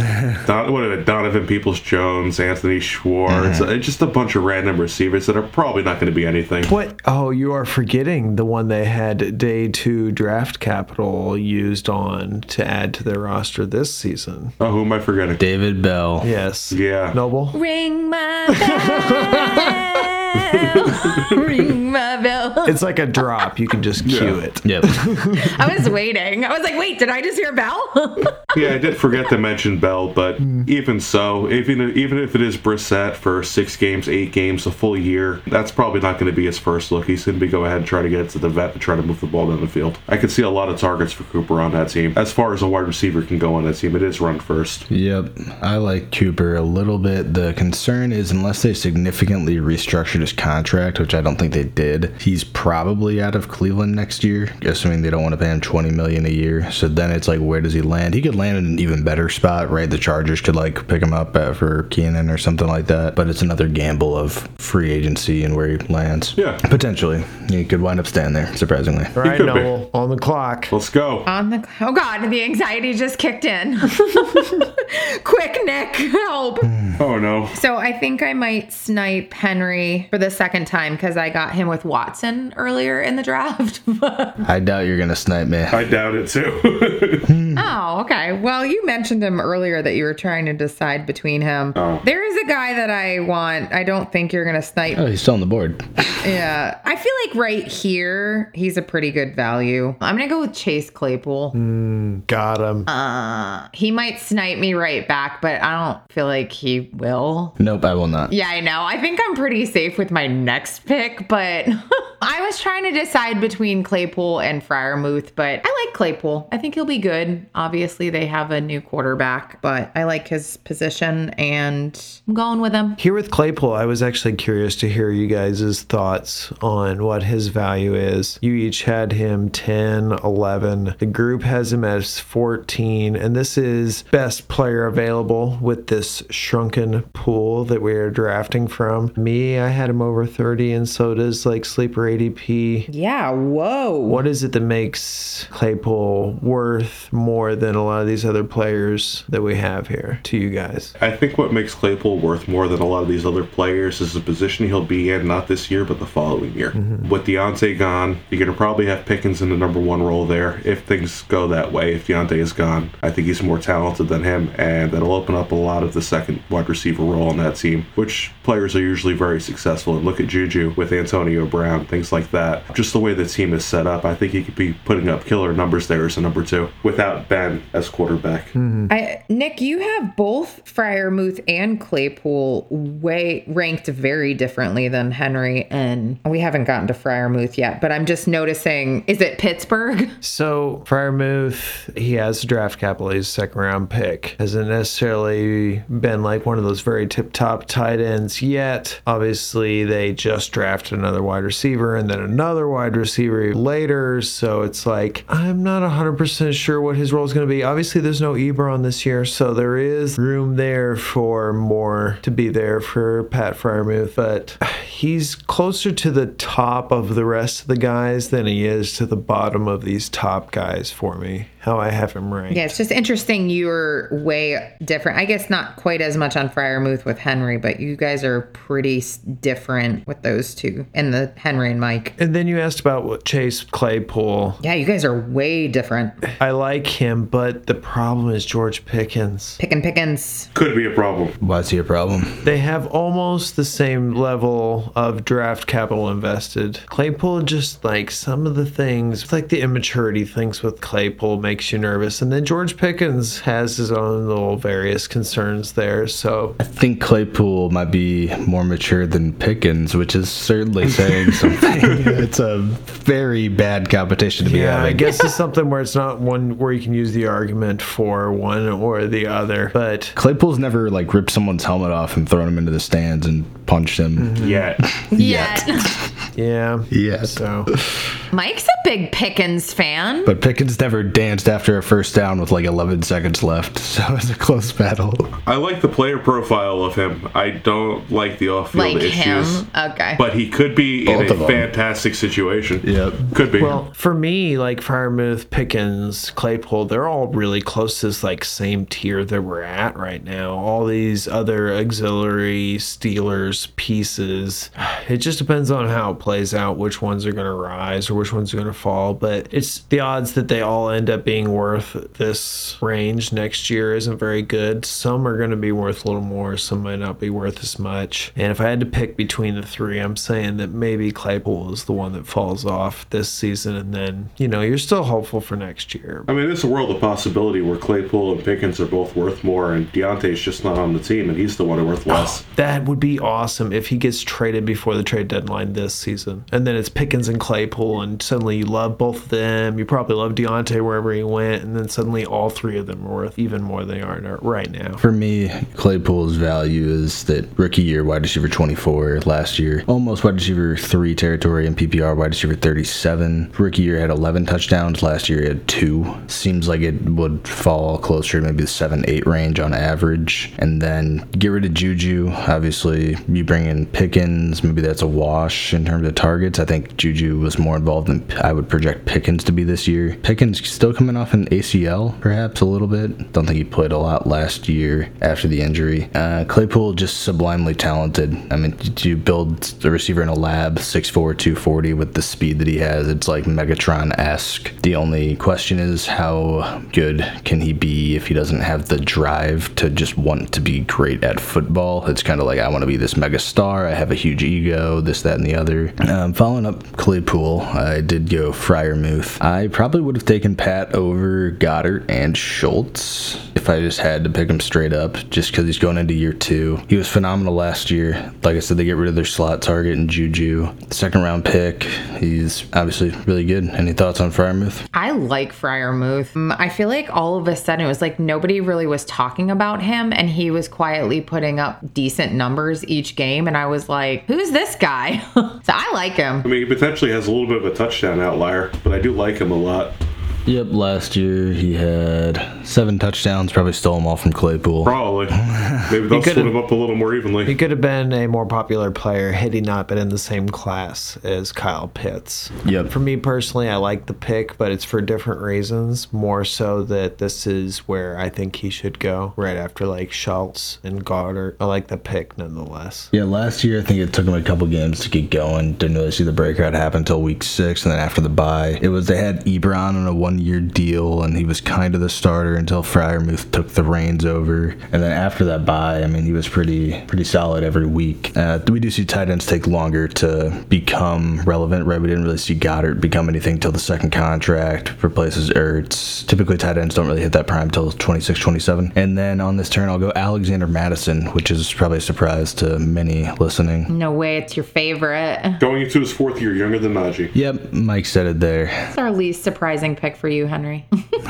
[SPEAKER 6] Don, what are they, Donovan Peoples Jones, Anthony Schwartz,
[SPEAKER 5] Mm-hmm.
[SPEAKER 6] uh, just a bunch of random receivers that are probably not going to be anything.
[SPEAKER 5] What? Oh, you are forgetting the one they had day two draft capital used on to add to their roster this season.
[SPEAKER 6] Oh, who am I forgetting?
[SPEAKER 4] David Bell.
[SPEAKER 5] Yes.
[SPEAKER 6] Yeah.
[SPEAKER 5] Noble.
[SPEAKER 1] Ring my bell. Ring my bell.
[SPEAKER 5] It's like a drop. You can just cue it.
[SPEAKER 4] Yep.
[SPEAKER 1] I was waiting. I was like, wait, did I just hear bell?
[SPEAKER 6] Yeah, I did forget to mention Bell, but even so, even even if it is Brissett for six games, eight games, a full year, that's probably not going to be his first look. He's going to be go ahead and try to get it to the vet and try to move the ball down the field. I could see a lot of targets for Cooper on that team. As far as a wide receiver can go on that team, it is run first.
[SPEAKER 4] Yep, I like Cooper a little bit. The concern is unless they significantly restructured his contract, which I don't think they did, he's probably out of Cleveland next year, assuming they don't want to pay him 20 million a year. So then it's like where does he land? He could land in an even better spot, right? The Chargers could like pick him up uh, for Keenan or something like that, but it's another gamble of free agency and where he lands.
[SPEAKER 6] Yeah.
[SPEAKER 4] Potentially. He could wind up staying there, surprisingly.
[SPEAKER 5] All right,
[SPEAKER 6] could be.
[SPEAKER 5] Noble. On the clock.
[SPEAKER 6] Let's go.
[SPEAKER 1] On the oh god, the anxiety just kicked in. Quick, Nick, help.
[SPEAKER 6] Oh no.
[SPEAKER 1] So I think I might snipe Henry for the second time because I got him with Watson earlier in the draft.
[SPEAKER 4] I doubt you're going to snipe me.
[SPEAKER 6] I doubt it too.
[SPEAKER 1] Oh, okay. Well, you mentioned him earlier that you were trying to decide between him. There is a guy that I want. I don't think you're going to snipe.
[SPEAKER 4] Oh, he's still on the board.
[SPEAKER 1] Yeah. I feel like right here, he's a pretty good value. I'm going to go with Chase Claypool.
[SPEAKER 5] Got him.
[SPEAKER 1] He might snipe me right back, but I don't feel like he will.
[SPEAKER 4] Nope, I will not.
[SPEAKER 1] Yeah, I know. I think I'm pretty safe with my next pick, but I was trying to decide between Claypool and Fryermuth, but I like Claypool. I think he'll be good. Obviously, they have a new quarterback, but I like his position and I'm going with him.
[SPEAKER 5] Here with Claypool, I was actually curious to hear you guys' thoughts on what his value is. You each had him 10, 11. The group has him as 14, and this is best player available with this shrunken pool that we are drafting from. Me, I had him over 30, and so does like Sleeper ADP.
[SPEAKER 1] Yeah, whoa.
[SPEAKER 5] What is it that makes Claypool worth more than a lot of these other players that we have here to you guys?
[SPEAKER 6] I think what makes Claypool worth more than a lot of these other players is the position he'll be in, not this year, but the following year. With Deontay gone, you're going to probably have Pickens in the number one role there if things go that way. If Deontay is gone, I think he's more talented than him, and that'll open up a lot of the second wide receiver role on that team, which players are usually very successful. And look at Juju with Antonio Brown, things like that. Just the way the team is set up, I think he could be putting up killer numbers there as a number two without Ben as quarterback.
[SPEAKER 1] Mm-hmm. I, Nick, you have both Fryermuth and Claypool way ranked very differently than Henry, and we haven't gotten to Fryermuth yet. But I'm just noticing, is it Pittsburgh?
[SPEAKER 5] So Fryermuth, he has draft capital. He's a second round pick. Hasn't necessarily been like one of those very tip top tight ends yet. Obviously, they just drafted another wide receiver and then another wide receiver later. So it's like I'm not 100% sure what his role is going to be. Obviously, there's no Ebron this year, so there is room there for more to be there for Pat Fryermuth, but he's closer to the top of the rest of the guys than he is to the bottom of these top guys for me. How I have him ranked.
[SPEAKER 1] Yeah, it's just interesting. You're way different. I guess not quite as much on Fryermuth with Henry, but you guys are pretty s- different with those two and the Henry and Mike.
[SPEAKER 5] And then you asked about what Chase Claypool.
[SPEAKER 1] Yeah, you guys are way different.
[SPEAKER 5] I like him, but the problem is George Pickens.
[SPEAKER 1] Pickin' Pickens.
[SPEAKER 6] Could be a problem.
[SPEAKER 4] Why is he a problem?
[SPEAKER 5] They have almost the same level of draft capital invested. Claypool just like some of the things, like the immaturity things with Claypool makes you nervous. And then George Pickens has his own little various concerns there. So
[SPEAKER 4] I think Claypool might be more mature than Pickens, which is certainly saying something. it's a very bad competition to be
[SPEAKER 5] yeah, I
[SPEAKER 4] having.
[SPEAKER 5] guess it's something where it's not one where you can use the argument for one or the other. But
[SPEAKER 4] Claypool's never like
[SPEAKER 5] Mm-hmm.
[SPEAKER 4] ripped someone's helmet off and thrown him into the stands and punched him.
[SPEAKER 6] Yeah.
[SPEAKER 1] Yeah.
[SPEAKER 5] Yeah.
[SPEAKER 4] Yes.
[SPEAKER 5] So
[SPEAKER 1] Mike's a big Pickens fan.
[SPEAKER 4] But Pickens never danced after a first down with like 11 seconds left, so it's a close battle.
[SPEAKER 6] I like the player profile of him. I don't like the off-field
[SPEAKER 1] like him.
[SPEAKER 6] issues.
[SPEAKER 1] Okay.
[SPEAKER 6] But he could be
[SPEAKER 4] Both of
[SPEAKER 6] in a
[SPEAKER 4] them.
[SPEAKER 6] fantastic situation.
[SPEAKER 4] Yep.
[SPEAKER 6] Could be.
[SPEAKER 5] Well, for me, like Firemouth, Pickens, Claypool, they're all really close to this like same tier that we're at right now. All these other auxiliary Steelers pieces. It just depends on how it plays out, which ones are gonna rise or which ones are gonna fall. But it's the odds that they all end up being worth this range next year isn't very good. Some are gonna be worth a little more, some might not be worth as much. And if I had to pick between the three, I'm saying that maybe Claypool is the one that falls off this season, and then you know you're still hopeful for next year.
[SPEAKER 6] I mean, it's a world of possibility where Claypool and Pickens are both worth more, and Deontay's just not on the team, and he's the one worth less.
[SPEAKER 5] That would be awesome if he gets traded before the trade deadline this season, and then it's Pickens and Claypool, and suddenly you love both of them. You probably love Deontay wherever he went, and then suddenly all three of them are worth even more than they are now- right now.
[SPEAKER 4] For me, Claypool's value is that rookie year wide receiver 24, last year almost wide receiver 3 territory in PPR, wide receiver 37. Rookie year had 11 touchdowns, last year he had 2. Seems like it would fall closer to maybe the 7 8 range on average. And then get rid of Juju. Obviously, you bring in Pickens, maybe that's a wash in terms of targets. I think Juju was more involved than I would project Pickens to be this year. Pickens still coming off an ACL, perhaps a little bit. Don't think he played a lot last year after the injury. Uh, Claypool just sublimely talented. I mean, do you build the receiver in a lab, 6'4, 240 with the speed that he has? It's like Megatron esque. The only question is how good can he be if he doesn't have the drive to just want to be great at football? It's kind of like, I want to be this mega star. I have a huge ego, this, that, and the other. Um, following up Claypool, I did go Fryermuth. I probably would have taken Pat over Goddard and Schultz if I just had to pick him straight up, just because he's going into year two. He was phenomenal last year. Like I said, they get rid of their slot target and Juju. Second round pick, he's obviously really good. Any thoughts on Fryermuth?
[SPEAKER 1] I like Friarmouth. Mm, I feel like all of a sudden it was like nobody really was talking about him and he was quietly putting up decent numbers each game. And I was like, who's this guy? so I like him.
[SPEAKER 6] I mean, he potentially has a little bit of a touchdown outlier, but I do like him a lot.
[SPEAKER 4] Yep, last year he had seven touchdowns, probably stole them all from Claypool.
[SPEAKER 6] Probably. Maybe they'll split
[SPEAKER 5] could've-
[SPEAKER 6] him up a little more evenly.
[SPEAKER 5] He could have been a more popular player had he not been in the same class as Kyle Pitts.
[SPEAKER 4] Yep.
[SPEAKER 5] For me personally, I like the pick, but it's for different reasons. More so that this is where I think he should go, right after like Schultz and Goddard. I like the pick nonetheless.
[SPEAKER 4] Yeah, last year I think it took him a couple games to get going. Didn't really see the breakout happen until week six, and then after the bye, it was they had Ebron on a one-year deal, and he was kind of the starter until Fryermuth took the reins over. And then after that bye, I mean, he was pretty pretty solid every week. Uh, we do see tight ends take longer to become relevant, right? We didn't really see Goddard become anything till the second contract replaces Ertz. Typically, tight ends don't really hit that prime till 26, 27. And then on this turn, I'll go Alexander Madison, which is probably a surprise to many listening.
[SPEAKER 1] No way, it's your favorite.
[SPEAKER 6] Going into his fourth year, younger than Najee.
[SPEAKER 4] Yep, Mike said it there.
[SPEAKER 1] That's our least surprising pick for you, Henry.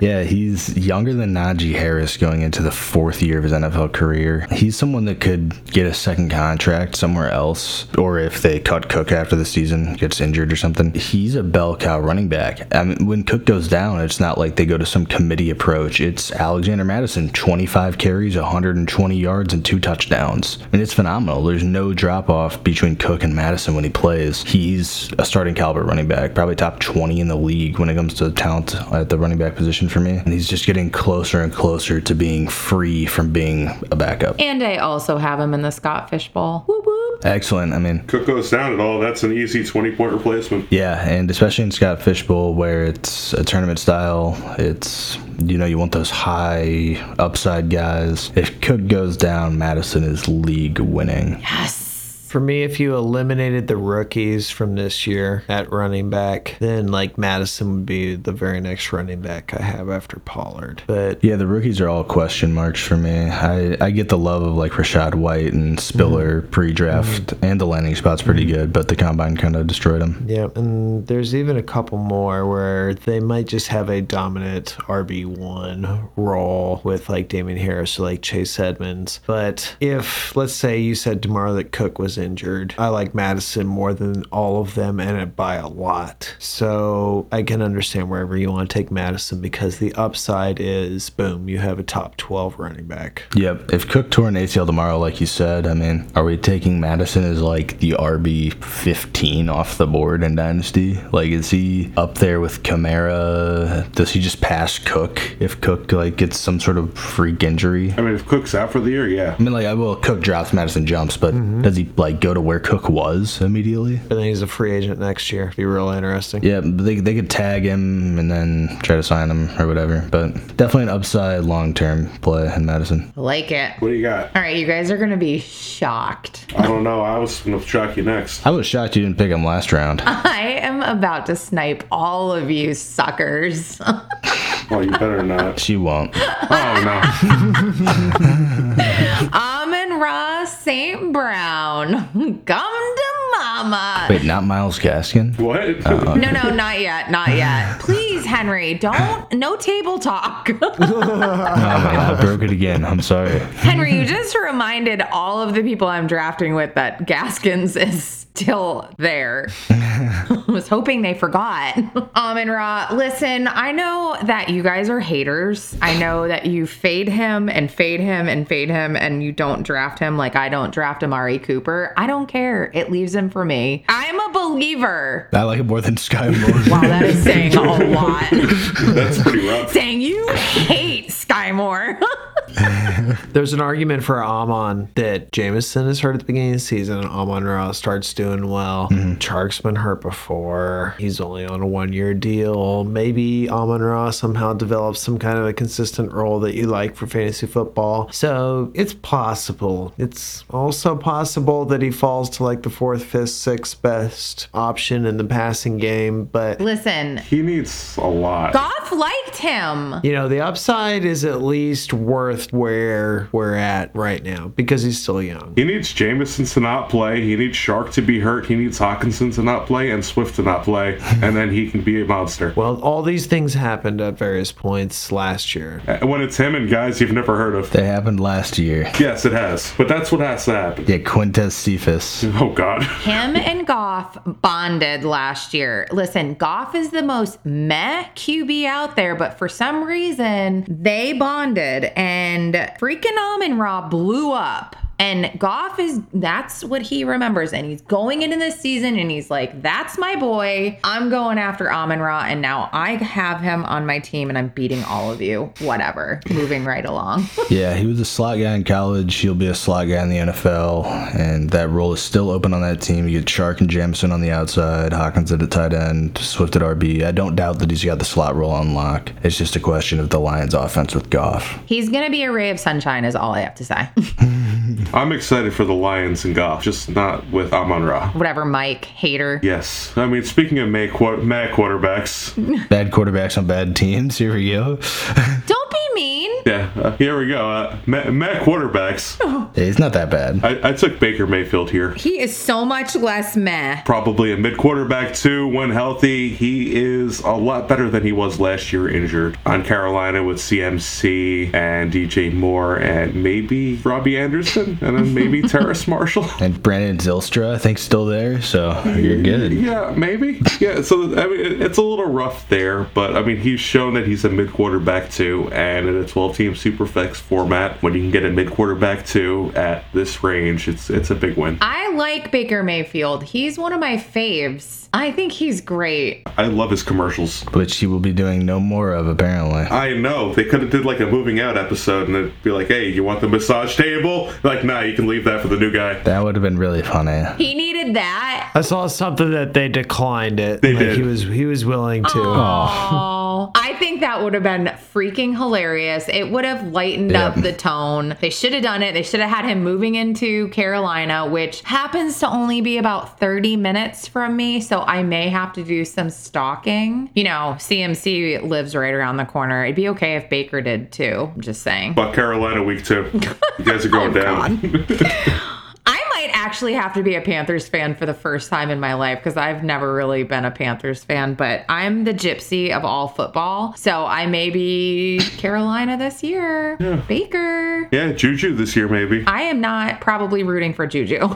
[SPEAKER 4] Yeah, he's younger than Najee Harris going into the fourth year of his NFL career. He's someone that could get a second contract somewhere else, or if they cut Cook after the season, gets injured or something. He's a bell cow running back. I mean, when Cook goes down, it's not like they go to some committee approach. It's Alexander Madison, 25 carries, 120 yards, and two touchdowns. I mean, it's phenomenal. There's no drop off between Cook and Madison when he plays. He's a starting caliber running back, probably top 20 in the league when it comes to talent at the running back position for me. And he's just getting closer and closer to being free from being a backup.
[SPEAKER 1] and I also have him in the Scott Fish Bowl. Whoop whoop.
[SPEAKER 4] Excellent. I mean,
[SPEAKER 6] Cook goes down at all. That's an easy 20 point replacement.
[SPEAKER 4] Yeah, and especially in Scott Fishbowl, where it's a tournament style, it's you know you want those high upside guys. If Cook goes down, Madison is league winning.
[SPEAKER 5] For me, if you eliminated the rookies from this year at running back, then like Madison would be the very next running back I have after Pollard. But
[SPEAKER 4] Yeah, the rookies are all question marks for me. I, I get the love of like Rashad White and Spiller pre-draft, and the landing spot's pretty good, but the combine kind of destroyed him.
[SPEAKER 5] Yeah, and there's even a couple more where they might just have a dominant RB1 role with like Damien Harris or like Chase Edmonds. But if, let's say, you said tomorrow that Cook was injured. I like Madison more than all of them and by a lot. So I can understand wherever you want to take Madison because the upside is boom, you have a top 12 running back.
[SPEAKER 4] Yep. If Cook tore an ACL tomorrow, like you said, I mean, are we taking Madison as like the RB 15 off the board in Dynasty? Like, is he up there with Kamara? Does he just pass Cook if Cook like gets some sort of freak injury?
[SPEAKER 6] I mean, if Cook's out for the year, yeah.
[SPEAKER 4] I mean, like, I will Cook drops, Madison jumps, but does he like go to where Cook was immediately?
[SPEAKER 5] But then he's a free agent next year. Be real interesting.
[SPEAKER 4] Yeah, but they, they could tag him and then try to sign him or whatever. But definitely an upside long term play in Madison.
[SPEAKER 1] Like it.
[SPEAKER 6] What do you got?
[SPEAKER 1] All right, you guys are going to be shocked.
[SPEAKER 6] I don't know. I was going to shock you next.
[SPEAKER 4] I was shocked you didn't pick him last round.
[SPEAKER 1] I am about to snipe all of you suckers.
[SPEAKER 6] Oh, you better not.
[SPEAKER 4] She won't.
[SPEAKER 6] Oh, no.
[SPEAKER 1] Amon Ra St. Brown, come to mama.
[SPEAKER 4] Wait, not Miles Gaskin?
[SPEAKER 6] What?
[SPEAKER 1] No, no, not yet, not yet. Please, Henry, don't, no table talk.
[SPEAKER 4] Oh my god, I broke it again. I'm sorry.
[SPEAKER 1] Henry, you just reminded all of the people I'm drafting with that Gaskins is still there. was hoping they forgot. Amon Ra, listen, I know that you guys are haters. I know that you fade him and fade him and fade him and you don't draft him like I don't draft Amari Cooper. I don't care. It leaves him for me. I'm a believer.
[SPEAKER 4] I like it more than Sky Moore.
[SPEAKER 1] Wow, that is saying a lot.
[SPEAKER 6] That's pretty rough.
[SPEAKER 1] saying you hate Skymore.
[SPEAKER 5] There's an argument for Amon that Jameson is hurt at the beginning of the season and Amon Ra starts doing well. Chark's been hurt before. He's only on a one year deal. Maybe Amon Ra somehow develops some kind of a consistent role that you like for fantasy football. So it's possible. It's also possible that he falls to like the fourth, fifth, sixth best option in the passing game, but
[SPEAKER 1] Listen,
[SPEAKER 6] He needs a lot.
[SPEAKER 1] Goff liked him.
[SPEAKER 5] you know the upside is at least worth where we're at right now because he's still young
[SPEAKER 6] He needs Jameson to not play. He needs Shark to be hurt. He needs Hawkinson to not play and Swift to not play. And then he can be a monster.
[SPEAKER 5] well all these things happened at various points last year
[SPEAKER 6] Uh, When it's him and guys you've never heard of.
[SPEAKER 4] That happened last year.
[SPEAKER 6] Yes, it has. But that's what has to happen.
[SPEAKER 4] Yeah, Quintez Cephas.
[SPEAKER 6] Oh, God.
[SPEAKER 1] Him and Goff bonded last year. Listen, Goff is the most meh QB out there, but for some reason they bonded and freaking Amon Ra blew up. And Goff is that's what he remembers. And he's going into this season and he's like, that's my boy. I'm going after Amon Ra. And now I have him on my team and I'm beating all of you. Whatever. Moving right along.
[SPEAKER 4] Yeah, he was a slot guy in college. He'll be a slot guy in the NFL, and that role is still open on that team. You get Shark and Jamison on the outside, Hawkins at the tight end, Swift at RB. I don't doubt that he's got the slot role on lock. It's just a question of the Lions' offense with Goff.
[SPEAKER 1] he's gonna be a ray of sunshine, is all I have to say.
[SPEAKER 6] I'm excited for the Lions and golf, just not with Amon Ra.
[SPEAKER 1] Whatever, Mike, hater.
[SPEAKER 6] Yes. I mean, speaking of May, quar- May quarterbacks,
[SPEAKER 4] Bad quarterbacks on bad teams. Here we go.
[SPEAKER 1] Don't be mean.
[SPEAKER 6] yeah, uh, here we go. Uh, May, May quarterbacks.
[SPEAKER 4] Yeah, he's not that bad.
[SPEAKER 6] I, I took Baker Mayfield here.
[SPEAKER 1] He is so much less meh.
[SPEAKER 6] Probably a mid quarterback, too, when healthy. He is a lot better than he was last year injured on Carolina with CMC and DJ Moore and maybe Robbie Anderson and then maybe Terrace Marshall.
[SPEAKER 4] And Brandon Zilstra, I think, still there, so you're good.
[SPEAKER 6] Yeah, maybe. Yeah, so I mean, it- it's a little rough there, but I mean, he's shown that he's a mid quarterback too, and in a 12-team superflex format, when you can get a mid quarterback too at this range, it's it's a big win.
[SPEAKER 1] I like Baker Mayfield. He's one of my faves. I think he's great.
[SPEAKER 6] I love his commercials.
[SPEAKER 4] Which he will be doing no more of, apparently.
[SPEAKER 6] I know they could have did like a moving out episode, and it'd be like, "Hey, you want the massage table?" Like, nah, you can leave that for the new guy.
[SPEAKER 4] That would have been really funny.
[SPEAKER 1] He needed that.
[SPEAKER 5] i saw something that they declined it they
[SPEAKER 6] did.
[SPEAKER 5] he was he was willing to
[SPEAKER 1] Oh, I think that would have been freaking hilarious. It would have lightened up the tone. They should have done it. They should have had him moving into Carolina, which happens to only be about 30 minutes from me. So I may have to do some stalking. You know, CMC lives right around the corner. It'd be okay if Baker did too. I'm just saying.
[SPEAKER 6] But Carolina week two, you guys are going down.
[SPEAKER 1] I might actually actually have to be a Panthers fan for the first time in my life because I've never really been a Panthers fan, but I'm the gypsy of all football. So I may be Carolina this year. Baker.
[SPEAKER 3] Yeah, Juju this year maybe.
[SPEAKER 1] I am not probably rooting for Juju.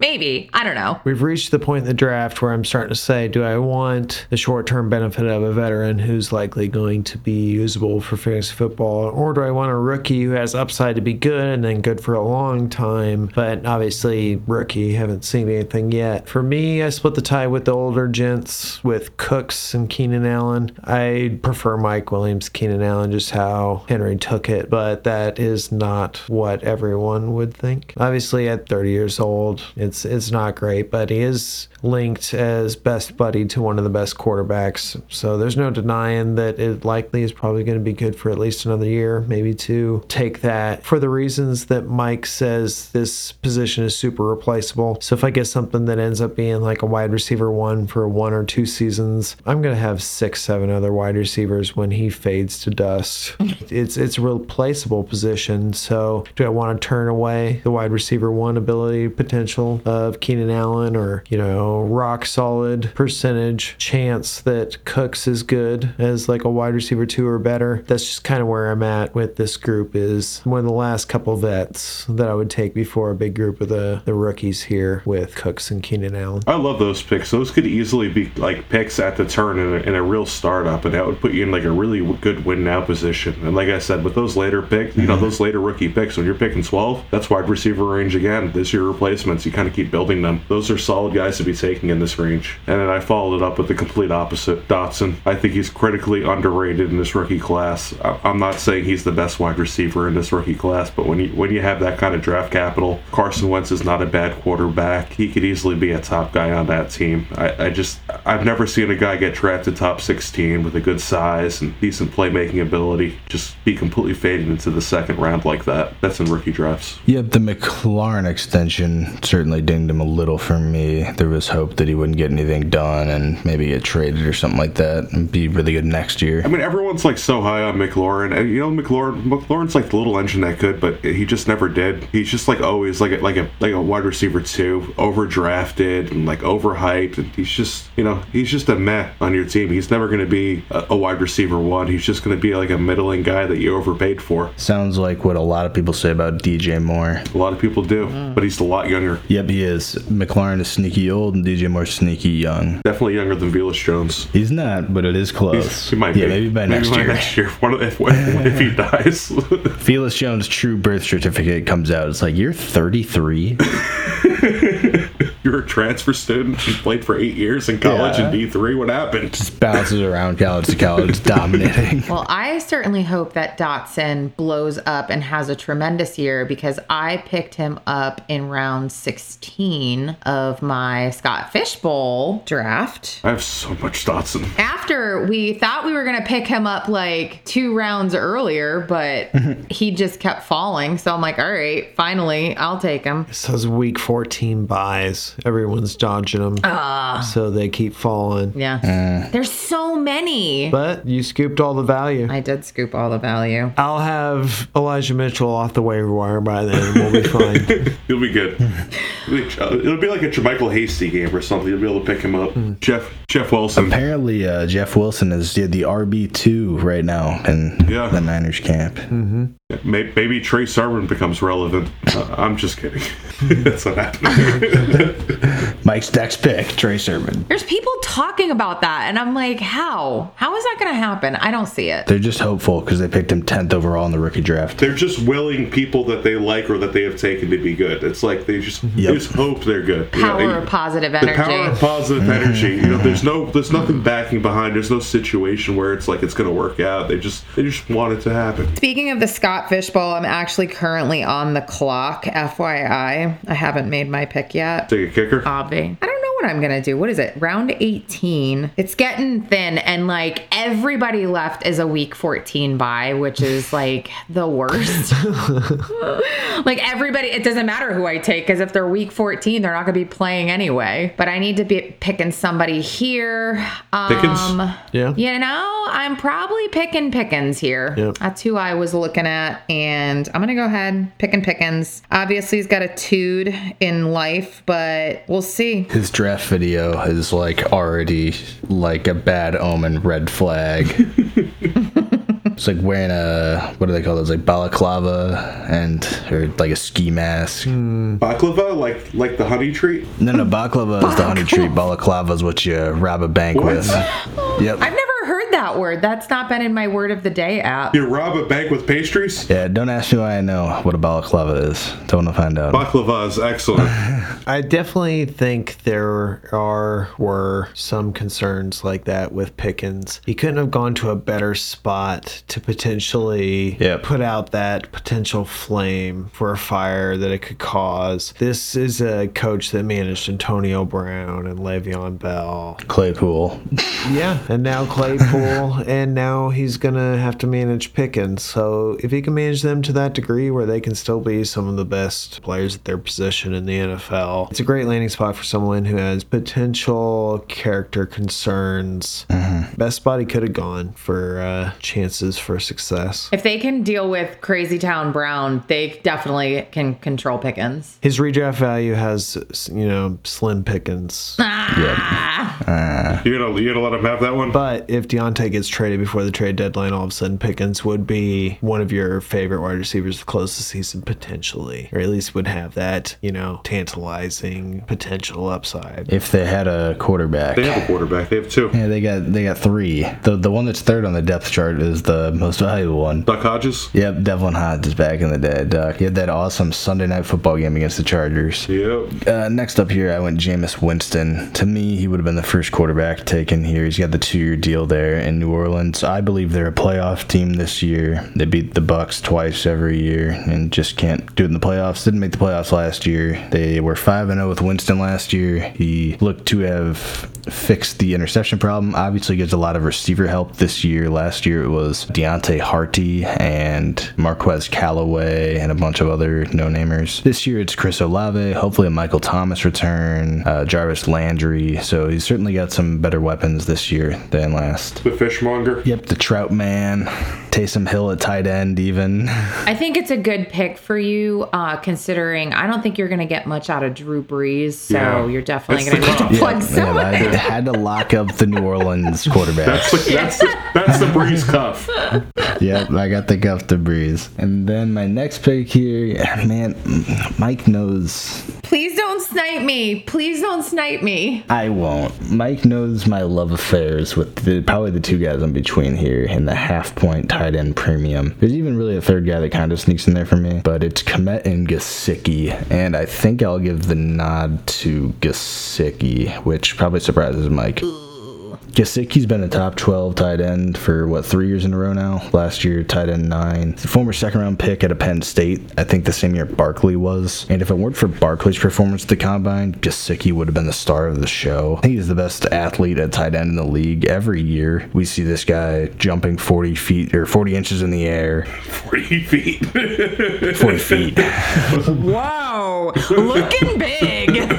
[SPEAKER 1] Maybe. I don't know.
[SPEAKER 5] We've reached the point in the draft where I'm starting to say, do I want the short term benefit of a veteran who's likely going to be usable for fantasy football, or do I want a rookie who has upside to be good and then good for a long time? But obviously, rookie, haven't seen anything yet. For me, I split the tie with the older gents with Cooks and Keenan Allen. I prefer Mike Williams, Keenan Allen, just how Henry took it, but that is not what everyone would think. Obviously, at 30 years old, it's it's not great, but he is linked as best buddy to one of the best quarterbacks. So there's no denying that it likely is probably going to be good for at least another year, maybe two. Take that for the reasons that Mike says this position is super replaceable. So if I get something that ends up being like a wide receiver one for one or two seasons, I'm going to have six, seven other wide receivers when he fades to dust. it's it's a replaceable position. So do I want to turn away the wide receiver one ability potential of Keenan Allen or you know rock solid percentage chance that Cooks is good as like a wide receiver two or better? That's just kind of where I'm at with this group. Is one of the last couple vets that I would take before a big group of the the rookies here with Cooks and Keenan Allen.
[SPEAKER 6] I love those picks. Those could easily be like picks at the turn in a, in a real startup, and that would put you in like a really w- good win now position. And like I said, with those later picks, you know, those later rookie picks, when you're picking 12, that's wide receiver range again. This year replacements, you kind of keep building them. Those are solid guys to be taking in this range. And then I followed it up with the complete opposite, Dotson. I think he's critically underrated in this rookie class. I- I'm not saying he's the best wide receiver in this rookie class, but when you when you have that kind of draft capital, Carson Wentz is not a bad quarterback. He could easily be a top guy on that team. I, I just I've never seen a guy get drafted top 16 with a good size and decent playmaking ability just be completely faded into the second round like that. That's in rookie drafts.
[SPEAKER 4] Yep, the McLaurin extension certainly dinged him a little for me. There was hope that he wouldn't get anything done and maybe get traded or something like that and be really good next year.
[SPEAKER 6] I mean, everyone's like so high on McLaurin, and you know, McLaurin, McLaurin's like the little engine that could, but he just never did. He's just like always like a, like a like a wide receiver too, overdrafted and like overhyped, and he's just you know he's just a meh on your team. He's never going to be a, a wide receiver one. He's just going to be like a middling guy that you overpaid for.
[SPEAKER 4] Sounds like what a lot of people say about DJ Moore.
[SPEAKER 6] A lot of people do,
[SPEAKER 4] Mm-hmm.
[SPEAKER 6] but he's a lot younger,
[SPEAKER 4] Yep, he is. McLaurin is sneaky old and DJ Moore's sneaky young.
[SPEAKER 6] definitely younger than Velas Jones.
[SPEAKER 4] He's not, but it is close.
[SPEAKER 6] He might
[SPEAKER 4] yeah,
[SPEAKER 6] be.
[SPEAKER 4] maybe by next year.
[SPEAKER 6] next year, One of- if, if he dies.
[SPEAKER 4] Felix Jones' true birth certificate comes out. It's like, you're 33?
[SPEAKER 6] you were a transfer student and played for eight years in college
[SPEAKER 4] Yeah.
[SPEAKER 6] in D three. What happened?
[SPEAKER 4] Bounces around college to college, dominating.
[SPEAKER 1] Well, I certainly hope that Dotson blows up and has a tremendous year because I picked him up in round 16 of my Scott Fishbowl draft.
[SPEAKER 6] I have so much Dotson.
[SPEAKER 1] After we thought we were going to pick him up like two rounds earlier, but
[SPEAKER 3] Mm-hmm.
[SPEAKER 1] he just kept falling. So I'm like, all right, finally, I'll take him.
[SPEAKER 5] So it's week 14 buys. Everyone's dodging them. So they keep falling.
[SPEAKER 3] Uh.
[SPEAKER 1] Yeah. There's so many.
[SPEAKER 5] But you scooped all the value.
[SPEAKER 1] I did scoop all the value.
[SPEAKER 5] I'll have Elijah Mitchell off the waiver wire by then. We'll be fine.
[SPEAKER 3] He'll be good. It'll be like a Jermichael Hasty game or something. You'll be able to pick him up.
[SPEAKER 4] Hmm.
[SPEAKER 6] Jeff Jeff Wilson.
[SPEAKER 4] Apparently, uh, Jeff Wilson is the, the RB2 right now in
[SPEAKER 6] Yeah.
[SPEAKER 4] the Niners camp.
[SPEAKER 6] May- Maybe Trey Sermon becomes relevant. Uh, I'm just kidding.
[SPEAKER 4] Hmm.
[SPEAKER 6] That's not happening.
[SPEAKER 4] Mike's next pick, Trey Sermon.
[SPEAKER 1] There's people talking about that, and I'm like, how? How is that going to happen? I don't see it.
[SPEAKER 4] They're just hopeful because they picked him 10th overall in the rookie draft.
[SPEAKER 3] They're just willing people that they like or that they have taken to be good. It's like they just
[SPEAKER 4] Yep.
[SPEAKER 3] they just hope they're good. You know,
[SPEAKER 1] Power
[SPEAKER 3] and-
[SPEAKER 1] of positive
[SPEAKER 3] the power of
[SPEAKER 1] energy.
[SPEAKER 3] positive energy. You know, there's no, there's nothing backing behind. There's no situation where it's like it's gonna work out. They just, they just want it to happen.
[SPEAKER 1] Speaking of the Scott Fishbowl, I'm actually currently on the clock, FYI. I haven't made my pick yet.
[SPEAKER 3] Take a kicker.
[SPEAKER 1] Uh, Obvi. I don't know what I'm gonna do. What is it? Round 18. It's getting thin, and like everybody left is a week 14 buy, which is like the worst. like everybody, it doesn't matter who I take because if they're week 14, they're not gonna be playing anyway. But I need to be picking somebody here.
[SPEAKER 6] Pickens?
[SPEAKER 1] Um,
[SPEAKER 5] Yeah.
[SPEAKER 1] You know, I'm probably picking Pickens here.
[SPEAKER 5] Yep.
[SPEAKER 1] That's who I was looking at. And I'm going to go ahead, picking Pickens. Obviously, he's got a tood in life, but we'll see.
[SPEAKER 4] His draft video is like already like a bad omen red flag. it's like wearing a what do they call those like balaclava and or like a ski mask.
[SPEAKER 6] Baklava, like like the honey treat.
[SPEAKER 4] No, no, baklava is the honey treat. Balaclava is what you uh, rob a bank with. Yep.
[SPEAKER 1] I've never heard that word. That's not been in my word of the day app.
[SPEAKER 6] You rob a bank with pastries.
[SPEAKER 4] yeah, don't ask me why I know what a balaclava is. Don't want to find out.
[SPEAKER 6] Baklava is excellent.
[SPEAKER 5] I definitely think there are were some concerns like that with Pickens. He couldn't have gone to a better spot to potentially
[SPEAKER 4] Yep.
[SPEAKER 5] put out that potential flame for a fire that it could cause. This is a coach that managed Antonio Brown and Le'Veon Bell.
[SPEAKER 4] Claypool.
[SPEAKER 5] Yeah, and now Claypool, and now he's gonna have to manage Pickens. So if he can manage them to that degree where they can still be some of the best players at their position in the NFL, it's a great landing spot for someone who has potential character concerns. Best spot he could have gone for uh, chances for success.
[SPEAKER 1] If they can deal with Crazy Town Brown, they definitely can control Pickens.
[SPEAKER 5] His redraft value has, you know, slim Pickens.
[SPEAKER 6] You're gonna you're gonna let him have that one.
[SPEAKER 5] But if Deontay gets traded before the trade deadline, all of a sudden Pickens would be one of your favorite wide receivers to close the season potentially, or at least would have that, you know, tantalizing potential upside.
[SPEAKER 4] If they had a quarterback.
[SPEAKER 6] They have a quarterback. They have two.
[SPEAKER 4] Yeah, they got they got three. The the one that's third on the depth chart is the most valuable one.
[SPEAKER 6] Duck Hodges.
[SPEAKER 4] Yep, Devlin Hodges is back in the day, Doc. He had that awesome Sunday night football game against the Chargers.
[SPEAKER 6] Yep.
[SPEAKER 4] Uh, next up here, I went Jameis Winston. To me, he would have been the first quarterback taken here. He's got the two-year deal there in New Orleans. I believe they're a playoff team this year. They beat the Bucks twice every year and just can't do it in the playoffs. Didn't make the playoffs last year. They were five and zero with Winston last year. He looked to have fixed the interception problem. Obviously, gets a lot of receiver help this year. Last year, it was Deontay Harty and Marquez Callaway and a bunch of other no-namers. This year, it's Chris Olave. Hopefully, a Michael Thomas return, uh, Jarvis Landry. So he's certainly got some better weapons this year than last.
[SPEAKER 6] The fishmonger.
[SPEAKER 4] Yep, the Trout Man, Taysom Hill at tight end, even.
[SPEAKER 1] I think it's a good pick for you, uh, considering I don't think you're going to get much out of Drew Brees. So
[SPEAKER 6] Yeah.
[SPEAKER 1] you're definitely
[SPEAKER 6] That's
[SPEAKER 1] going to need
[SPEAKER 6] the
[SPEAKER 1] to
[SPEAKER 6] problem.
[SPEAKER 1] plug
[SPEAKER 4] Yeah,
[SPEAKER 1] someone
[SPEAKER 4] I
[SPEAKER 1] in.
[SPEAKER 4] had to lock up the New Orleans quarterback.
[SPEAKER 6] That's the, that's the, that's the breeze cuff.
[SPEAKER 4] yep, I got the guff to breeze. And then my next pick here, yeah, man, Mike knows.
[SPEAKER 1] Please don't snipe me. Please don't snipe me.
[SPEAKER 4] I won't. Mike knows my love affairs with the, probably the two guys in between here and the half point tight end premium. There's even really a third guy that kind of sneaks in there for me, but it's Komet and Gasicki. And I think I'll give the nod to Gasicki, which probably surprises Mike. Gasicki's been a top 12 tight end for what three years in a row now. Last year, tight end nine. He's a former second round pick at a Penn State. I think the same year Barkley was. And if it weren't for Barkley's performance at the combine, Gasicki would have been the star of the show. I think he's the best athlete at tight end in the league. Every year, we see this guy jumping 40 feet or 40 inches in the air,
[SPEAKER 6] Forty feet.
[SPEAKER 4] 40 feet.
[SPEAKER 1] Whoa, looking big.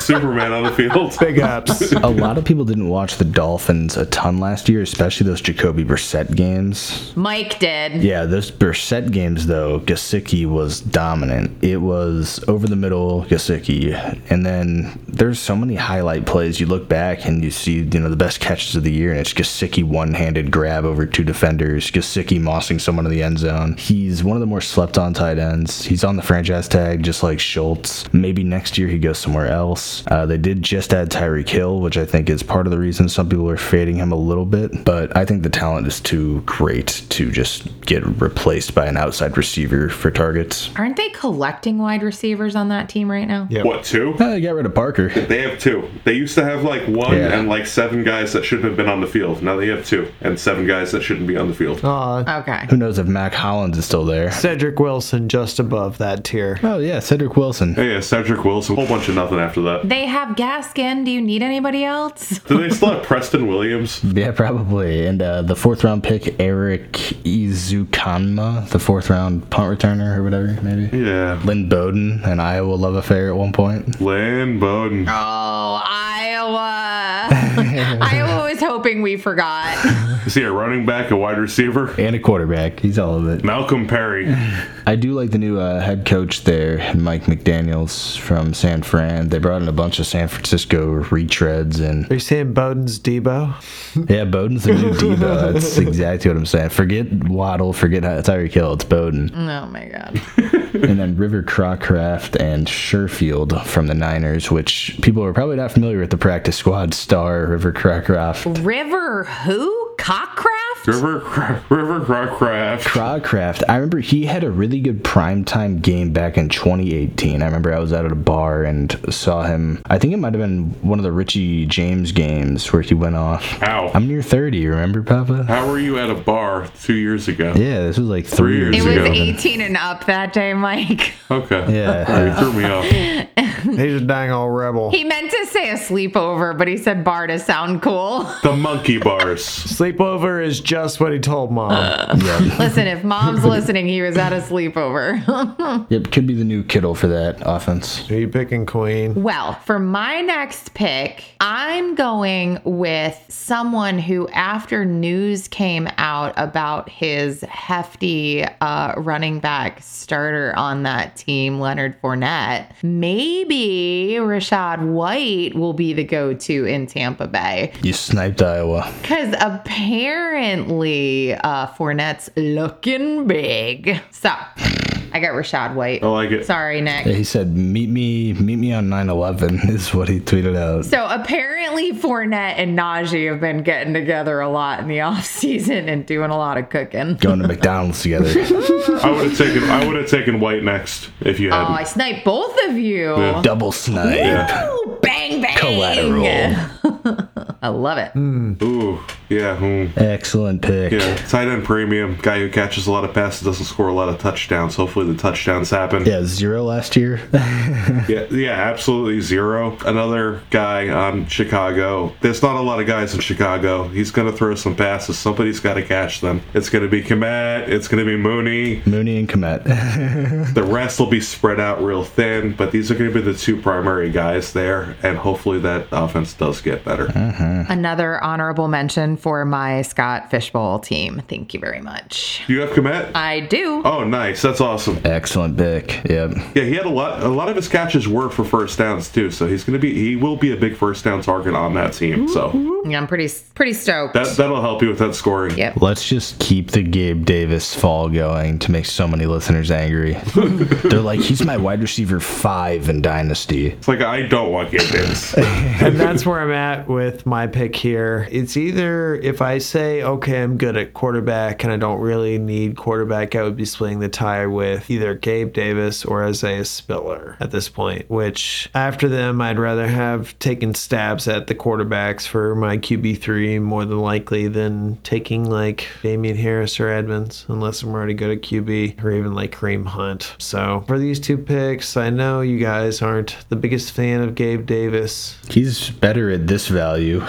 [SPEAKER 6] Superman on the field.
[SPEAKER 5] Big ups.
[SPEAKER 4] a lot of people didn't watch the Dolphins a ton last year, especially those Jacoby Brissett games.
[SPEAKER 1] Mike did.
[SPEAKER 4] Yeah, those Brissett games though, Gasicki was dominant. It was over the middle, Gasicki, and then there's so many highlight plays. You look back and you see, you know, the best catches of the year, and it's Gasicki one-handed grab over two defenders, Gasicki mossing someone in the end zone. He's one of the more slept-on tight ends. He's on the franchise tag, just like Schultz. Maybe next year he goes somewhere else. Uh, they did just add Tyreek Hill, which I think is part of the reason some people are fading him a little bit. But I think the talent is too great to just get replaced by an outside receiver for targets.
[SPEAKER 1] Aren't they collecting wide receivers on that team right now?
[SPEAKER 5] Yeah.
[SPEAKER 6] What two?
[SPEAKER 4] Uh, they got rid of Parker.
[SPEAKER 6] They have two. They used to have like one
[SPEAKER 4] Yeah.
[SPEAKER 6] and like seven guys that shouldn't have been on the field. Now they have two and seven guys that shouldn't be on the field.
[SPEAKER 4] Oh.
[SPEAKER 5] Aw,
[SPEAKER 1] Okay.
[SPEAKER 4] Who knows if Mac Hollins is still there?
[SPEAKER 5] Cedric Wilson just above that tier.
[SPEAKER 4] Oh yeah, Cedric Wilson.
[SPEAKER 6] uh, Hey, yeah, Cedric Wilson. Whole bunch of nothing after that.
[SPEAKER 3] up.
[SPEAKER 1] They have Gaskin. Do you need anybody else?
[SPEAKER 3] Do they still have Preston Williams?
[SPEAKER 4] Yeah, probably. And uh, the fourth round pick, Eric Izukanma, the fourth round punt returner or whatever, maybe.
[SPEAKER 6] Yeah.
[SPEAKER 4] Lynn Bowden, an Iowa love affair at one point.
[SPEAKER 6] Lynn Bowden.
[SPEAKER 1] Oh, Iowa. Iowa was hoping we forgot.
[SPEAKER 6] Is he a running back, a wide receiver?
[SPEAKER 4] And a quarterback. He's all of it.
[SPEAKER 6] Malcolm Perry.
[SPEAKER 4] I do like the new uh, head coach there, Mike McDaniels from San Fran. They brought in a bunch of San Francisco retreads and
[SPEAKER 5] Are you saying Bowden's Debo?
[SPEAKER 4] Yeah, Bowden's the new diva. That's exactly what I'm saying. Forget Waddle, forget Tyreek Hill. It's Bowden,
[SPEAKER 1] oh my god.
[SPEAKER 4] and then River Crockraft and Sherfield from the Niners, which people are probably not familiar with. The practice squad star River Crockraft.
[SPEAKER 1] River who? Cockcraft?
[SPEAKER 6] River, Cra- River Crockraft.
[SPEAKER 4] Crockraft, I remember he had a really good primetime game back in 2018. I remember I was out at a bar and saw him. I think it might have been one of the Richie James games where he went off.
[SPEAKER 6] Ow.
[SPEAKER 4] I'm near 30, remember, Papa?
[SPEAKER 6] How were you at a bar two years ago?
[SPEAKER 4] Yeah, this was like three
[SPEAKER 6] Three
[SPEAKER 4] years
[SPEAKER 6] years
[SPEAKER 1] It
[SPEAKER 4] ago.
[SPEAKER 1] was
[SPEAKER 6] Yeah.
[SPEAKER 1] 18 and up that day, Mike.
[SPEAKER 6] Okay.
[SPEAKER 4] Yeah.
[SPEAKER 6] You threw me off.
[SPEAKER 5] He's a dang old rebel.
[SPEAKER 1] He meant to say a sleepover, but he said bar to sound cool.
[SPEAKER 6] The monkey bars.
[SPEAKER 5] Sleepover is just what he told mom.
[SPEAKER 1] Listen, if mom's listening, he was at a sleepover.
[SPEAKER 4] Yep, could be the new Kittle for that offense.
[SPEAKER 5] Are you picking Queen?
[SPEAKER 1] Well, for my next pick, I'm going with someone who, after news came out about his hefty uh, running back starter on that team, Leonard Fournette, maybe Rashad White will be the go to in Tampa Bay.
[SPEAKER 4] You sniped Iowa.
[SPEAKER 1] Because apparently, uh, Fournette's looking big. So I got Rashad White.
[SPEAKER 6] Oh, I like it.
[SPEAKER 1] Sorry, Nick.
[SPEAKER 4] He said, "Meet me, meet me on 9/11." Is what he tweeted out.
[SPEAKER 1] So apparently Fournette and Najee have been getting together a lot in the offseason and doing a lot of cooking.
[SPEAKER 4] Going to McDonald's together,
[SPEAKER 6] I would have taken I would have taken White next if you
[SPEAKER 1] Oh, I
[SPEAKER 6] hadn't.
[SPEAKER 1] sniped both of you.
[SPEAKER 6] Yeah.
[SPEAKER 4] double snipe,
[SPEAKER 1] Ooh, bang bang.
[SPEAKER 4] collateral.
[SPEAKER 1] I love it.
[SPEAKER 6] Ooh, yeah, hmm.
[SPEAKER 4] Excellent pick.
[SPEAKER 6] yeah. Tight end premium guy who catches a lot of passes doesn't score a lot of touchdowns. Hopefully the touchdowns happen.
[SPEAKER 4] Yeah, zero last year.
[SPEAKER 6] Yeah, yeah, absolutely zero. Another guy on Chicago. There's not a lot of guys in Chicago. He's gonna throw some passes. Somebody's got to catch them. It's gonna be Komet. It's gonna be Mooney.
[SPEAKER 4] Mooney and Komet.
[SPEAKER 6] The rest will be spread out real thin. But these are gonna be the two primary guys there, and hopefully that offense does get better.
[SPEAKER 1] Another honorable mention for my Scott Fishbowl team. Thank you very much.
[SPEAKER 6] You have Komet.
[SPEAKER 1] I do.
[SPEAKER 6] Oh, nice. That's awesome.
[SPEAKER 4] Excellent pick. Yep.
[SPEAKER 6] Yeah, he had a lot. A lot of his catches were for first downs too. So he's gonna be. He will be a big first down target on that team. So
[SPEAKER 1] Yeah, I'm pretty pretty stoked.
[SPEAKER 6] that that'll help you with that scoring.
[SPEAKER 1] Yep.
[SPEAKER 4] Let's just keep the Gabe Davis fall going to make so many listeners angry. They're like, he's my wide receiver five in Dynasty.
[SPEAKER 6] It's like I don't want Gabe Davis.
[SPEAKER 5] and that's where I'm at with my pick here. It's either if I say, okay, I'm good at quarterback and I don't really need quarterback, I would be splitting the tie with either Gabe Davis or Isaiah Spiller at this point, which after them, I'd rather have taken stabs at the quarterbacks for my QB3 more than likely than taking like Damian Harris or Edmonds, unless I'm already good at QB or even like Kareem Hunt. So for these two picks, I know you guys aren't the biggest fan of Gabe Davis.
[SPEAKER 4] He's better at this value.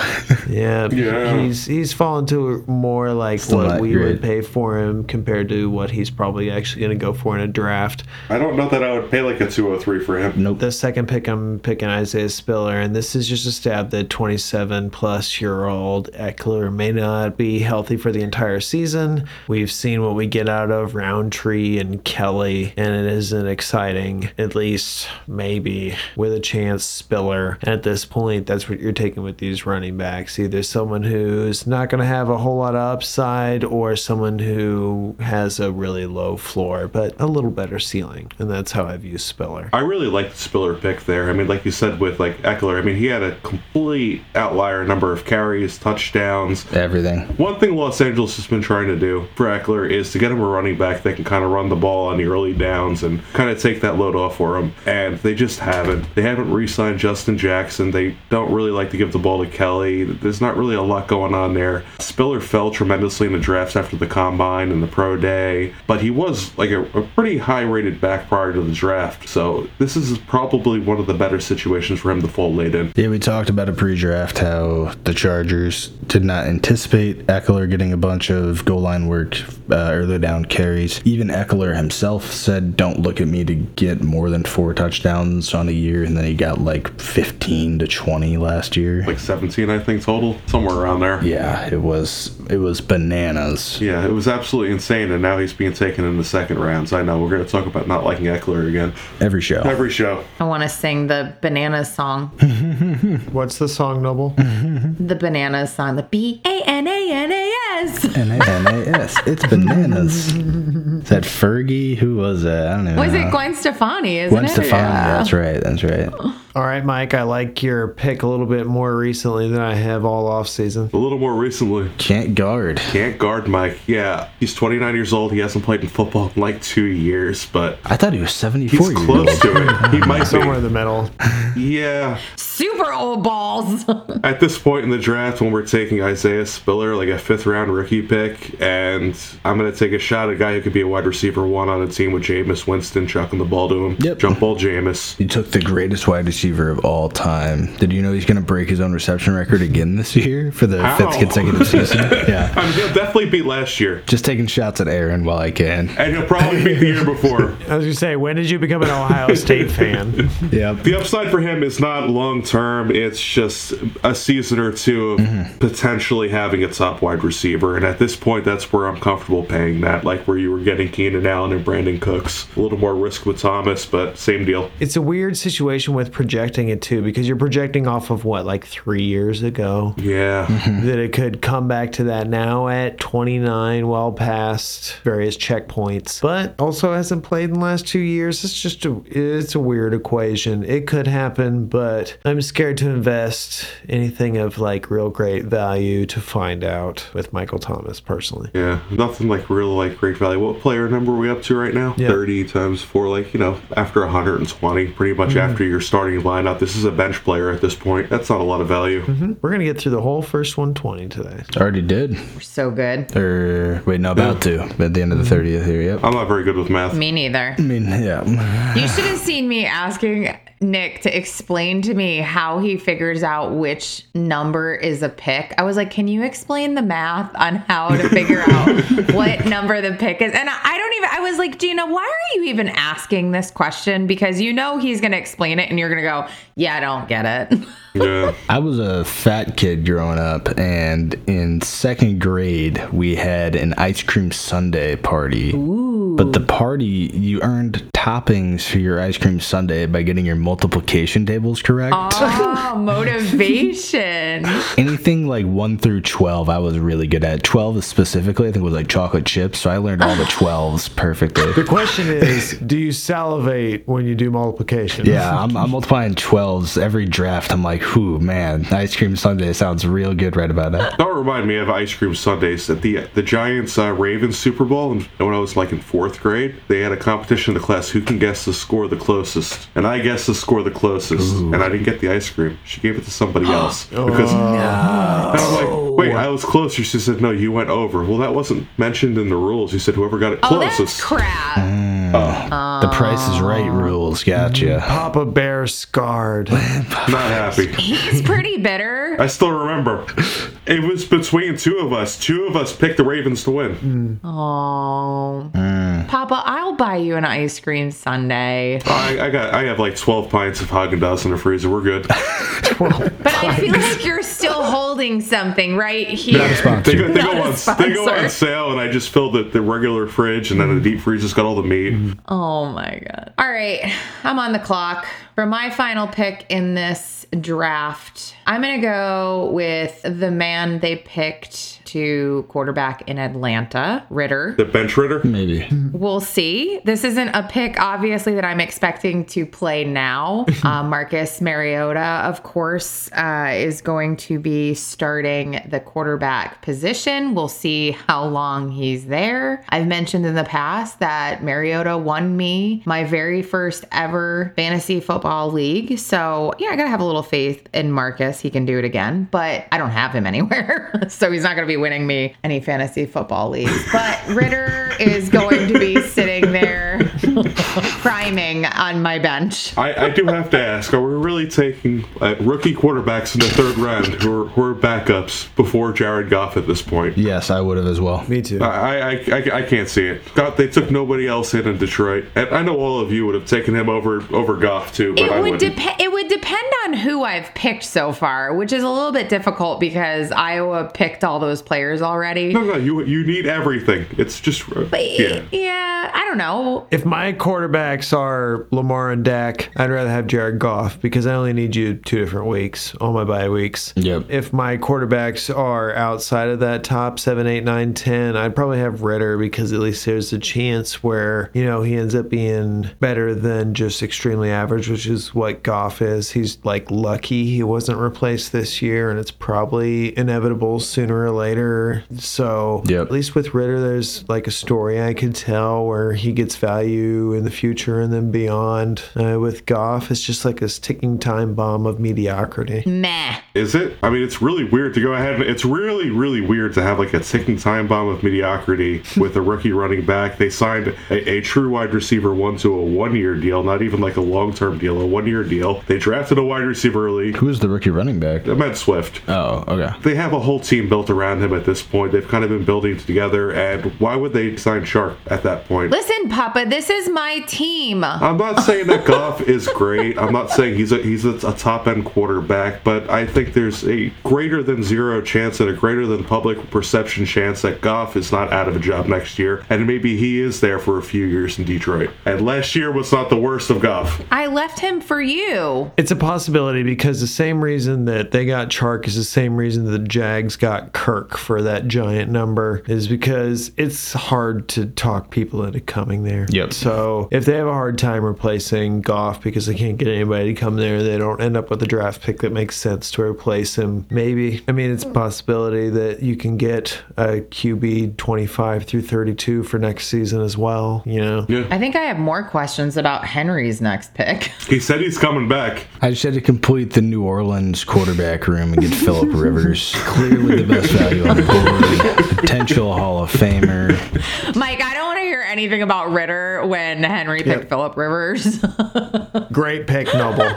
[SPEAKER 5] Yeah,
[SPEAKER 6] Yeah.
[SPEAKER 5] he's he's fallen to more like what
[SPEAKER 4] not
[SPEAKER 5] we
[SPEAKER 4] great.
[SPEAKER 5] would pay for him compared to what he's probably actually going to go for in a draft.
[SPEAKER 6] I don't know that I would pay like a 203 for him.
[SPEAKER 4] nope.
[SPEAKER 5] The second pick, I'm picking Isaiah Spiller, and this is just a stab that 27 plus year old Eckler may not be healthy for the entire season. We've seen what we get out of Roundtree and Kelly, and it isn't exciting, at least maybe with a chance Spiller. And at this point, that's what you're taking with these running backs either someone who's not going to have a whole lot of upside or someone who has a really low floor, but a little better ceiling. And that's how I view Spiller.
[SPEAKER 6] I really like the Spiller pick there. I mean, like you said with like Eckler, I mean he had a complete outlier number of carries, touchdowns.
[SPEAKER 4] Everything.
[SPEAKER 6] One thing Los Angeles has been trying to do for Eckler is to get him a running back that can kind of run the ball on the early downs and kind of take that load off for him. And they just haven't. They haven't re signed Justin Jackson. They don't really like to give the ball to Kelly. There's not really a lot going on on there. Spiller fell tremendously in the drafts after the combine and the pro day, but he was like a, a pretty high rated back prior to the draft. So this is probably one of the better situations for him to fall late in.
[SPEAKER 4] Yeah, we talked about it pre-draft how the Chargers did not anticipate Eckler getting a bunch of goal line work, uh, early down carries. Even Eckler himself said, "Don't look at me to get more than four touchdowns on a year," and then he got like 15 to 20 last year.
[SPEAKER 6] Like 17, I think, total, somewhere around there.
[SPEAKER 4] yeah, it was it was bananas.
[SPEAKER 6] Yeah, it was absolutely insane, and now he's being taken in the second rounds. I know we're going to talk about not liking Eckler again
[SPEAKER 4] Every show.
[SPEAKER 6] every show.
[SPEAKER 1] I want to sing the bananas song.
[SPEAKER 5] What's the song, Noble?
[SPEAKER 1] The bananas song. The B A N A N A S.
[SPEAKER 4] N-A-N-A-S. It's bananas. Is that Fergie? Who was that? I don't even
[SPEAKER 1] Was
[SPEAKER 4] know.
[SPEAKER 1] it Gwen Stefani? Isn't
[SPEAKER 4] Gwen
[SPEAKER 1] it?
[SPEAKER 4] Stefani. That's right. That's right.
[SPEAKER 5] All right, Mike, I like your pick a little bit more recently than I have all off season.
[SPEAKER 6] A little more recently,
[SPEAKER 4] Can't guard.
[SPEAKER 6] can't guard Mike. Yeah, he's 29 years old. He hasn't played in football in like two years, but
[SPEAKER 4] I thought he was 74
[SPEAKER 6] he's
[SPEAKER 4] years
[SPEAKER 6] close
[SPEAKER 4] old.
[SPEAKER 6] to it. He might
[SPEAKER 5] Somewhere
[SPEAKER 6] be.
[SPEAKER 5] in the middle.
[SPEAKER 6] Yeah,
[SPEAKER 1] Super old balls.
[SPEAKER 6] at this point in the draft, when we're taking Isaiah Spiller, like a fifth round rookie pick, and I'm going to take a shot at a guy who could be a wide receiver one on a team with Jameis Winston chucking the ball to him.
[SPEAKER 4] Yep.
[SPEAKER 6] Jump ball Jameis.
[SPEAKER 4] You took the greatest wide receiver of all time. Did you know he's going to break his own reception record again this year for the
[SPEAKER 6] How?
[SPEAKER 4] fifth consecutive season? Yeah.
[SPEAKER 6] I mean, he'll definitely beat last year,
[SPEAKER 4] Just taking shots at Aaron while I can.
[SPEAKER 6] and he'll probably beat the year before.
[SPEAKER 5] I was going to say, when did you become an Ohio State fan?
[SPEAKER 4] Yep.
[SPEAKER 6] The upside for him is not long term. It's just a season or two of potentially having a top wide receiver. And at this point, that's where I'm comfortable paying that, like where you were getting Keenan Allen and Brandon Cooks. A little more risk with Thomas, but same deal.
[SPEAKER 5] It's a weird situation with projecting it too, because you're projecting off of what, like three years ago,
[SPEAKER 6] Yeah.
[SPEAKER 5] that it could come back to that now at 29, well past various checkpoints, but also hasn't played in the last two years. It's just a, it's a weird equation. It could happen, but I'm scared to invest anything of like real great value to find out with Michael Thomas personally.
[SPEAKER 6] Yeah. Nothing like real, like great value. What player number are we up to right now?
[SPEAKER 5] Yeah.
[SPEAKER 6] 30 times four, like, you know, after 120, pretty much after your starting lineup. This is a bench player at this point. That's not a lot of value.
[SPEAKER 5] We're gonna get through the whole first 120 today.
[SPEAKER 4] Already did.
[SPEAKER 1] so good.
[SPEAKER 4] Or, wait, no, about to. At the end of the 30th here, yep. I
[SPEAKER 6] I'm not very good with math.
[SPEAKER 1] Me neither.
[SPEAKER 4] mean, yeah.
[SPEAKER 1] You should have seen me asking Nick to explain to me how he figures out which number is a pick. I was like, "Can you explain the math on how to figure out what number the pick is?" And I I don't even. I was like, "Gina, why are you even asking this question?" Because you know he's going to explain it, and you're going to go, "Yeah, I don't get it."
[SPEAKER 6] Yeah.
[SPEAKER 4] I was a fat kid growing up, and in second grade, we had an ice cream sundae party. But the party, you earned toppings for your ice cream sundae by getting your multiplication tables correct.
[SPEAKER 1] oh, motivation.
[SPEAKER 4] Anything like 1 through 12, I was really good at. 12 is specifically, I think, was like chocolate chips, so I learned all the 12s perfectly.
[SPEAKER 5] The question is, do you salivate when you do multiplication?
[SPEAKER 4] Yeah, I'm, I'm multiplying 12s every draft. I'm like, whoo, man, ice cream sundae sounds real good right about now.
[SPEAKER 6] Don't remind me of ice cream sundaes at the the Giants uh, Ravens Super Bowl. And when I was like in fourth grade, they had a competition in the class who can guess the score the closest, and I guessed the score the closest, and I didn't get the ice cream. She gave it to
[SPEAKER 1] Oh.
[SPEAKER 6] somebody else because And I was like, wait, I was closer. She said, no, you went over. Well, that wasn't mentioned in the rules. She said whoever got it
[SPEAKER 1] Oh, that's
[SPEAKER 6] closest.
[SPEAKER 1] crap.
[SPEAKER 4] The price is right rules, gotcha.
[SPEAKER 5] Papa Bear scarred.
[SPEAKER 6] Not happy.
[SPEAKER 1] He's pretty bitter.
[SPEAKER 6] I still remember. It was between two of us. Two of us picked the Ravens to win.
[SPEAKER 1] Oh, Papa, I'll buy you an ice cream sundae.
[SPEAKER 6] I, I got. I have like twelve pints of Haagen Dazs in the freezer. We're good.
[SPEAKER 1] But I feel like you're still holding something right here.
[SPEAKER 6] They go, they,
[SPEAKER 1] Not
[SPEAKER 6] go
[SPEAKER 1] a
[SPEAKER 6] on, they go
[SPEAKER 1] sponsor.
[SPEAKER 6] on sale, and I just filled the, the regular fridge, and then the deep freezer's got all the meat.
[SPEAKER 1] Oh my God. All right. I'm on the clock. For my final pick in this draft, I'm going to go with the man they picked to quarterback in Atlanta, Ritter.
[SPEAKER 6] The bench ritter.
[SPEAKER 4] Maybe.
[SPEAKER 1] We'll see. This isn't a pick, obviously, that I'm expecting to play now. Uh, Marcus Mariota, of course, uh, is going to be starting the quarterback position. We'll see how long he's there. I've mentioned in the past that Mariota won me my very first ever fantasy football league. So, yeah, I got to have a little faith in Marcus. He can do it again, but I don't have him anywhere. so, he's not going to be winning me any fantasy football leagues. But Ritter is going to be sitting there priming on my bench.
[SPEAKER 6] I, I do have to ask: Are we really taking uh, rookie quarterbacks in the third round who are, who are backups before Jared Goff at this point?
[SPEAKER 4] Yes, I would have as well.
[SPEAKER 5] Me too.
[SPEAKER 6] I, I, I, I can't see it. God, they took nobody else in in Detroit, and I know all of you would have taken him over over Goff too, but
[SPEAKER 1] it
[SPEAKER 6] I
[SPEAKER 1] would
[SPEAKER 6] wouldn't.
[SPEAKER 1] depend. It would depend on who I've picked so far, which is a little bit difficult because Iowa picked all those players already.
[SPEAKER 6] no, no, you you need everything. It's just uh, yeah.
[SPEAKER 1] yeah, I don't know.
[SPEAKER 5] If my quarterbacks are Lamar and Dak, I'd rather have Jared Goff because I only need you two different weeks, all my bye weeks.
[SPEAKER 4] Yep.
[SPEAKER 5] If my quarterbacks are outside of that top seven, eight, nine, ten, I'd probably have Ritter because at least there's a chance where, you know, he ends up being better than just extremely average, which is what Goff is. He's like lucky he wasn't replaced this year and it's probably inevitable sooner or later. So
[SPEAKER 4] Yep.
[SPEAKER 5] at least least with Ritter, there's like a story I could tell where he gets value in the future and then beyond. Uh, with Goff, it's just like this ticking time bomb of mediocrity.
[SPEAKER 1] Meh.
[SPEAKER 6] Is it? I mean, it's really weird to go ahead. and- It's really, really weird to have like a ticking time bomb of mediocrity with a rookie running back. They signed a, a true wide receiver one to a one year deal, not even like a long term deal, a one year deal. They drafted a wide receiver early.
[SPEAKER 4] Who's the rookie running back?
[SPEAKER 6] I meant Swift.
[SPEAKER 4] Oh, okay.
[SPEAKER 6] They have a whole team built around him at this point. They've kind of been building together, and why would they sign Sharp at that point?
[SPEAKER 1] Listen, Papa, this is my team.
[SPEAKER 6] I'm not saying that Goff is great. I'm not saying he's a he's a, a top end quarterback, but I think there's a greater than zero chance and a greater than public perception chance that Goff is not out of a job next year, and maybe he is there for a few years in Detroit. And last year was not the worst of Goff.
[SPEAKER 1] I left him for you.
[SPEAKER 5] It's a possibility because the same reason that they got Chark is the same reason the Jags got Kirk for that giant number is because it's hard to talk people into coming there.
[SPEAKER 4] Yep.
[SPEAKER 5] So if they have a hard time replacing Goff because they can't get anybody to come there, they don't end up with a draft pick that makes sense to replace him. Maybe. I mean, it's a possibility that you can get a QB 25 through 32 for next season as well. You know,
[SPEAKER 1] I think I have more questions about Henry's next pick.
[SPEAKER 6] He said he's coming back.
[SPEAKER 4] I just had to complete the New Orleans quarterback room and get Philip Rivers, clearly the best value on the board, potential Hall of Famer.
[SPEAKER 1] Mike, I don't want to hear anything about Ritter when Henry picked Philip Rivers.
[SPEAKER 5] great pick, Noble.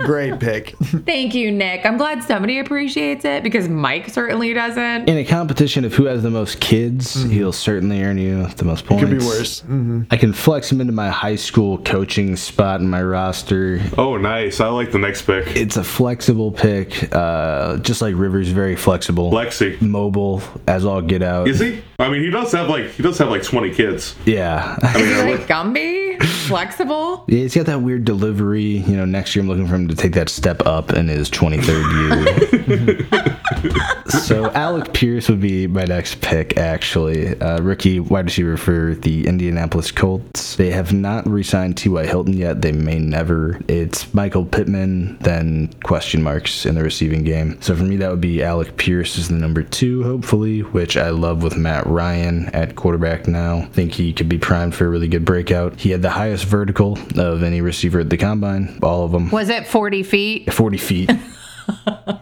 [SPEAKER 5] Great pick.
[SPEAKER 1] Thank you, Nick. I'm glad somebody appreciates it because Mike certainly doesn't.
[SPEAKER 4] In a competition of who has the most kids, he'll certainly earn you the most points.
[SPEAKER 5] Could be worse.
[SPEAKER 4] I can flex him into my high school coaching spot in my roster.
[SPEAKER 6] Oh, nice. I like the next pick.
[SPEAKER 4] It's a flexible pick, uh, just like Rivers, very flexible,
[SPEAKER 6] Lexi.
[SPEAKER 4] mobile as all get out.
[SPEAKER 6] Is he? I mean, he does have like he does have like 20 kids.
[SPEAKER 4] Yeah.
[SPEAKER 6] I mean, I
[SPEAKER 1] Like
[SPEAKER 6] look-
[SPEAKER 1] Gumby, flexible.
[SPEAKER 4] Yeah, he's got that weird delivery. You know, next year I'm looking for him to take that step up in his 23rd year. so Alec Pierce would be my next pick, actually. Uh, rookie wide receiver for the Indianapolis Colts. They have not re-signed T.Y. Hilton yet. They may never. It's Michael Pittman, then question marks in the receiving game. So for me, that would be Alec Pierce is the number two, hopefully, which I love with Matt Ryan at quarterback now. Think he could be primed for a really good breakout. He had the highest vertical of any receiver at the combine, all of them.
[SPEAKER 1] Was it 40 feet?
[SPEAKER 4] 40 feet.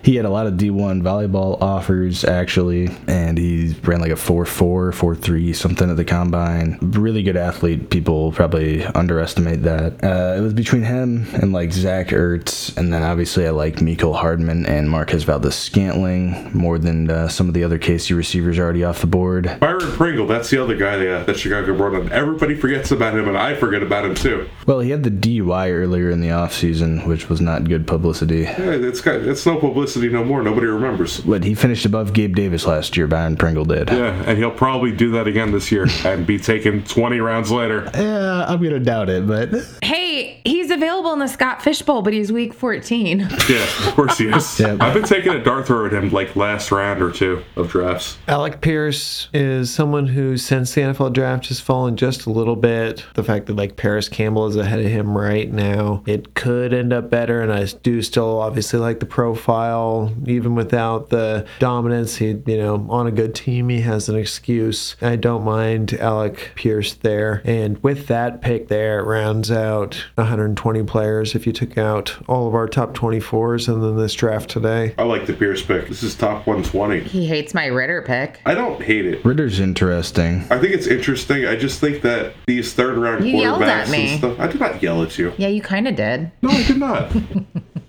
[SPEAKER 4] he had a lot of D1 volleyball offers, actually, and he ran like a 4 4, 4 3, something at the combine. Really good athlete. People probably underestimate that. Uh, it was between him and like Zach Ertz, and then obviously I like Miko Hardman and Marquez Valdez Scantling more than uh, some of the other KC receivers already off the board.
[SPEAKER 6] Byron Pringle, that's the other guy uh, that, that Chicago brought on. Everybody forgets about him, and I forget about him too.
[SPEAKER 4] Well, he had the DUI earlier in the offseason, which was not good publicity.
[SPEAKER 6] Yeah, It's got it's no publicity no more. Nobody remembers.
[SPEAKER 4] But he finished above Gabe Davis last year, Byron Pringle did.
[SPEAKER 6] Yeah, and he'll probably do that again this year and be taken 20 rounds later.
[SPEAKER 4] Yeah, I'm gonna doubt it, but
[SPEAKER 1] Hey, Hey, he's available in the Scott Fishbowl, but he's week 14.
[SPEAKER 6] Yeah, of course he is.
[SPEAKER 4] Yeah.
[SPEAKER 6] I've been taking a dart throw at him like last round or two of drafts.
[SPEAKER 5] Alec Pierce is someone who, since the NFL draft, has fallen just a little bit. The fact that like Paris Campbell is ahead of him right now, it could end up better. And I do still obviously like the profile, even without the dominance. He, you know, on a good team, he has an excuse. I don't mind Alec Pierce there. And with that pick there, it rounds out 120 players if you took out all of our top 24s and then this draft today.
[SPEAKER 3] I like the Pierce pick. This is top 120.
[SPEAKER 1] he hates my Ritter pick.
[SPEAKER 3] I don't hate it.
[SPEAKER 4] Ritter's interesting.
[SPEAKER 3] I think it's interesting. I just think that these third round
[SPEAKER 1] You yelled at
[SPEAKER 3] quarterbacks
[SPEAKER 1] me.
[SPEAKER 3] and stuff. I did not yell at you.
[SPEAKER 1] Yeah, you kind of did.
[SPEAKER 6] No, I did not.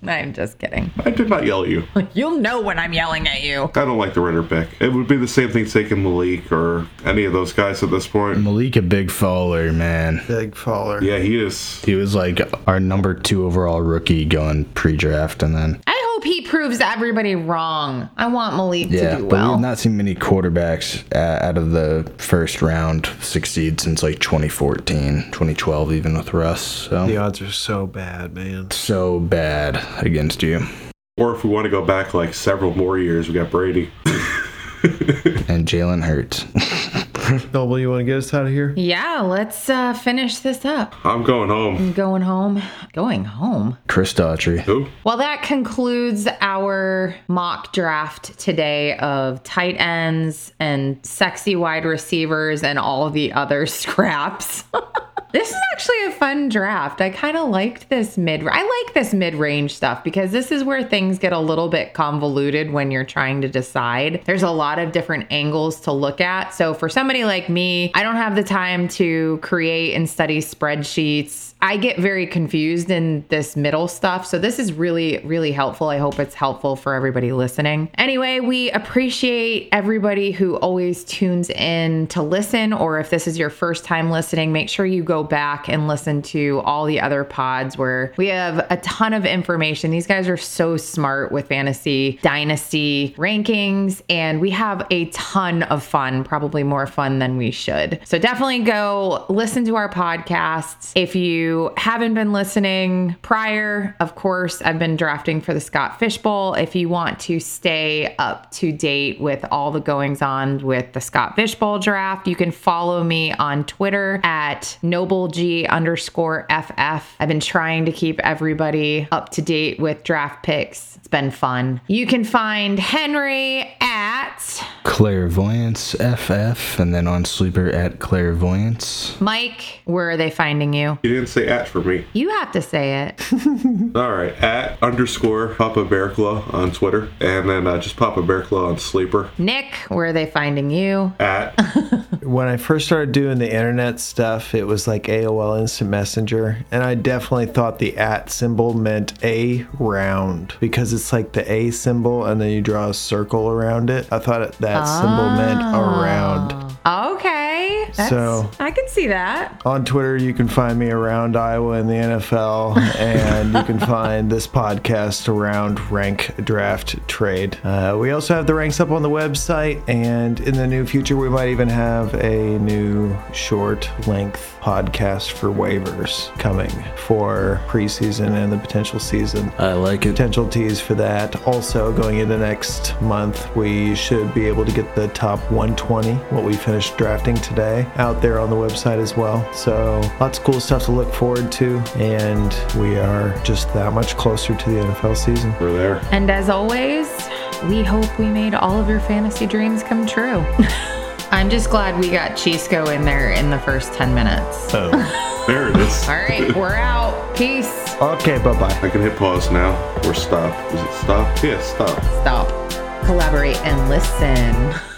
[SPEAKER 1] I'm just kidding.
[SPEAKER 6] I did not yell at you.
[SPEAKER 1] You'll know when I'm yelling at you.
[SPEAKER 6] I don't like the Ritter pick. It would be the same thing taking Malik or any of those guys at this point.
[SPEAKER 4] Malik, a big faller, man.
[SPEAKER 5] Big faller.
[SPEAKER 6] Yeah, he is.
[SPEAKER 4] He was like our number two overall rookie going pre-draft, and then
[SPEAKER 1] I hope he proves everybody wrong. I want Malik
[SPEAKER 4] yeah,
[SPEAKER 1] to do
[SPEAKER 4] but
[SPEAKER 1] well.
[SPEAKER 4] we've not seen many quarterbacks uh, out of the first round succeed since like 2014, 2012, even with Russ. So
[SPEAKER 5] The odds are so bad, man.
[SPEAKER 4] so bad against you
[SPEAKER 6] Or if we want to go back like several more years, we got Brady.
[SPEAKER 4] and Jalen Hurts.
[SPEAKER 5] Noble, you want to get us out of here?
[SPEAKER 1] yeah, let's uh, finish this up.
[SPEAKER 6] I'm going home.
[SPEAKER 1] Going home. Going home.
[SPEAKER 4] Chris Daughtry.
[SPEAKER 6] Who?
[SPEAKER 1] Well, that concludes our mock draft today of tight ends and sexy wide receivers and all the other scraps. this is actually a fun draft. I kind of liked this mid I like this mid-range stuff because this is where things get a little bit convoluted when you're trying to decide. There's a lot of different angles to look at. So for somebody like me, I don't have the time to create and study spreadsheets. I get very confused in this middle stuff. So this is really, really helpful. I hope it's helpful for everybody listening. Anyway, we appreciate everybody who always tunes in to listen, or if this is your first time listening, make sure you go back and listen to all the other pods where we have a ton of information. These guys are so smart with fantasy, dynasty, rankings, and we have a ton of fun, probably more fun than we should. So definitely go listen to our podcasts. If you haven't been listening prior, of course, I've been drafting for the Scott Fishbowl. If you want to stay up to date with all the goings on with the Scott Fishbowl draft, you can follow me on Twitter at nobleg underscore FF. I've been trying to keep everybody up to date with draft picks. It's been fun. You can find Henry at
[SPEAKER 4] Clairvoyance FF, and then on Sleeper at Clairvoyance.
[SPEAKER 1] Mike. Where are they finding you?
[SPEAKER 6] You didn't say at for me.
[SPEAKER 1] You have to say it.
[SPEAKER 6] All right, at underscore Papa Bear Claw on Twitter, and then uh, just Papa Bear Claw on Sleeper.
[SPEAKER 1] Nick, where are they finding you?
[SPEAKER 6] At
[SPEAKER 5] When I first started doing the internet stuff, it was like AOL Instant Messenger, and I definitely thought the at symbol meant a round because it's like the A symbol and then you draw a circle around it. I thought it- that symbol meant around.
[SPEAKER 1] Okay. That's,
[SPEAKER 5] So-
[SPEAKER 1] I can see that.
[SPEAKER 5] On Twitter, you can find me around Iowa and the NFL, and you can find this podcast around Rank Draft Trade. Uh, we also have the ranks up on the website, and in the new future, we might even have a new short length podcast for waivers coming for preseason and the potential season
[SPEAKER 4] I like it.
[SPEAKER 5] potential tease for that. Also, going into next month, we should be able to get the top 120, what we finished drafting today, out there on the website as well. So, lots of cool stuff to look forward to, and we are just that much closer to the NFL season.
[SPEAKER 6] we're there.
[SPEAKER 1] And as always, we hope we made all of your fantasy dreams come true. I'm just glad we got Chisco in there in the first 10 minutes.
[SPEAKER 6] There it is.
[SPEAKER 1] All right, we're out. Peace.
[SPEAKER 5] Okay, bye bye.
[SPEAKER 6] I can hit pause now or stop. Is it stop? Yeah, stop.
[SPEAKER 1] Stop. Collaborate and listen.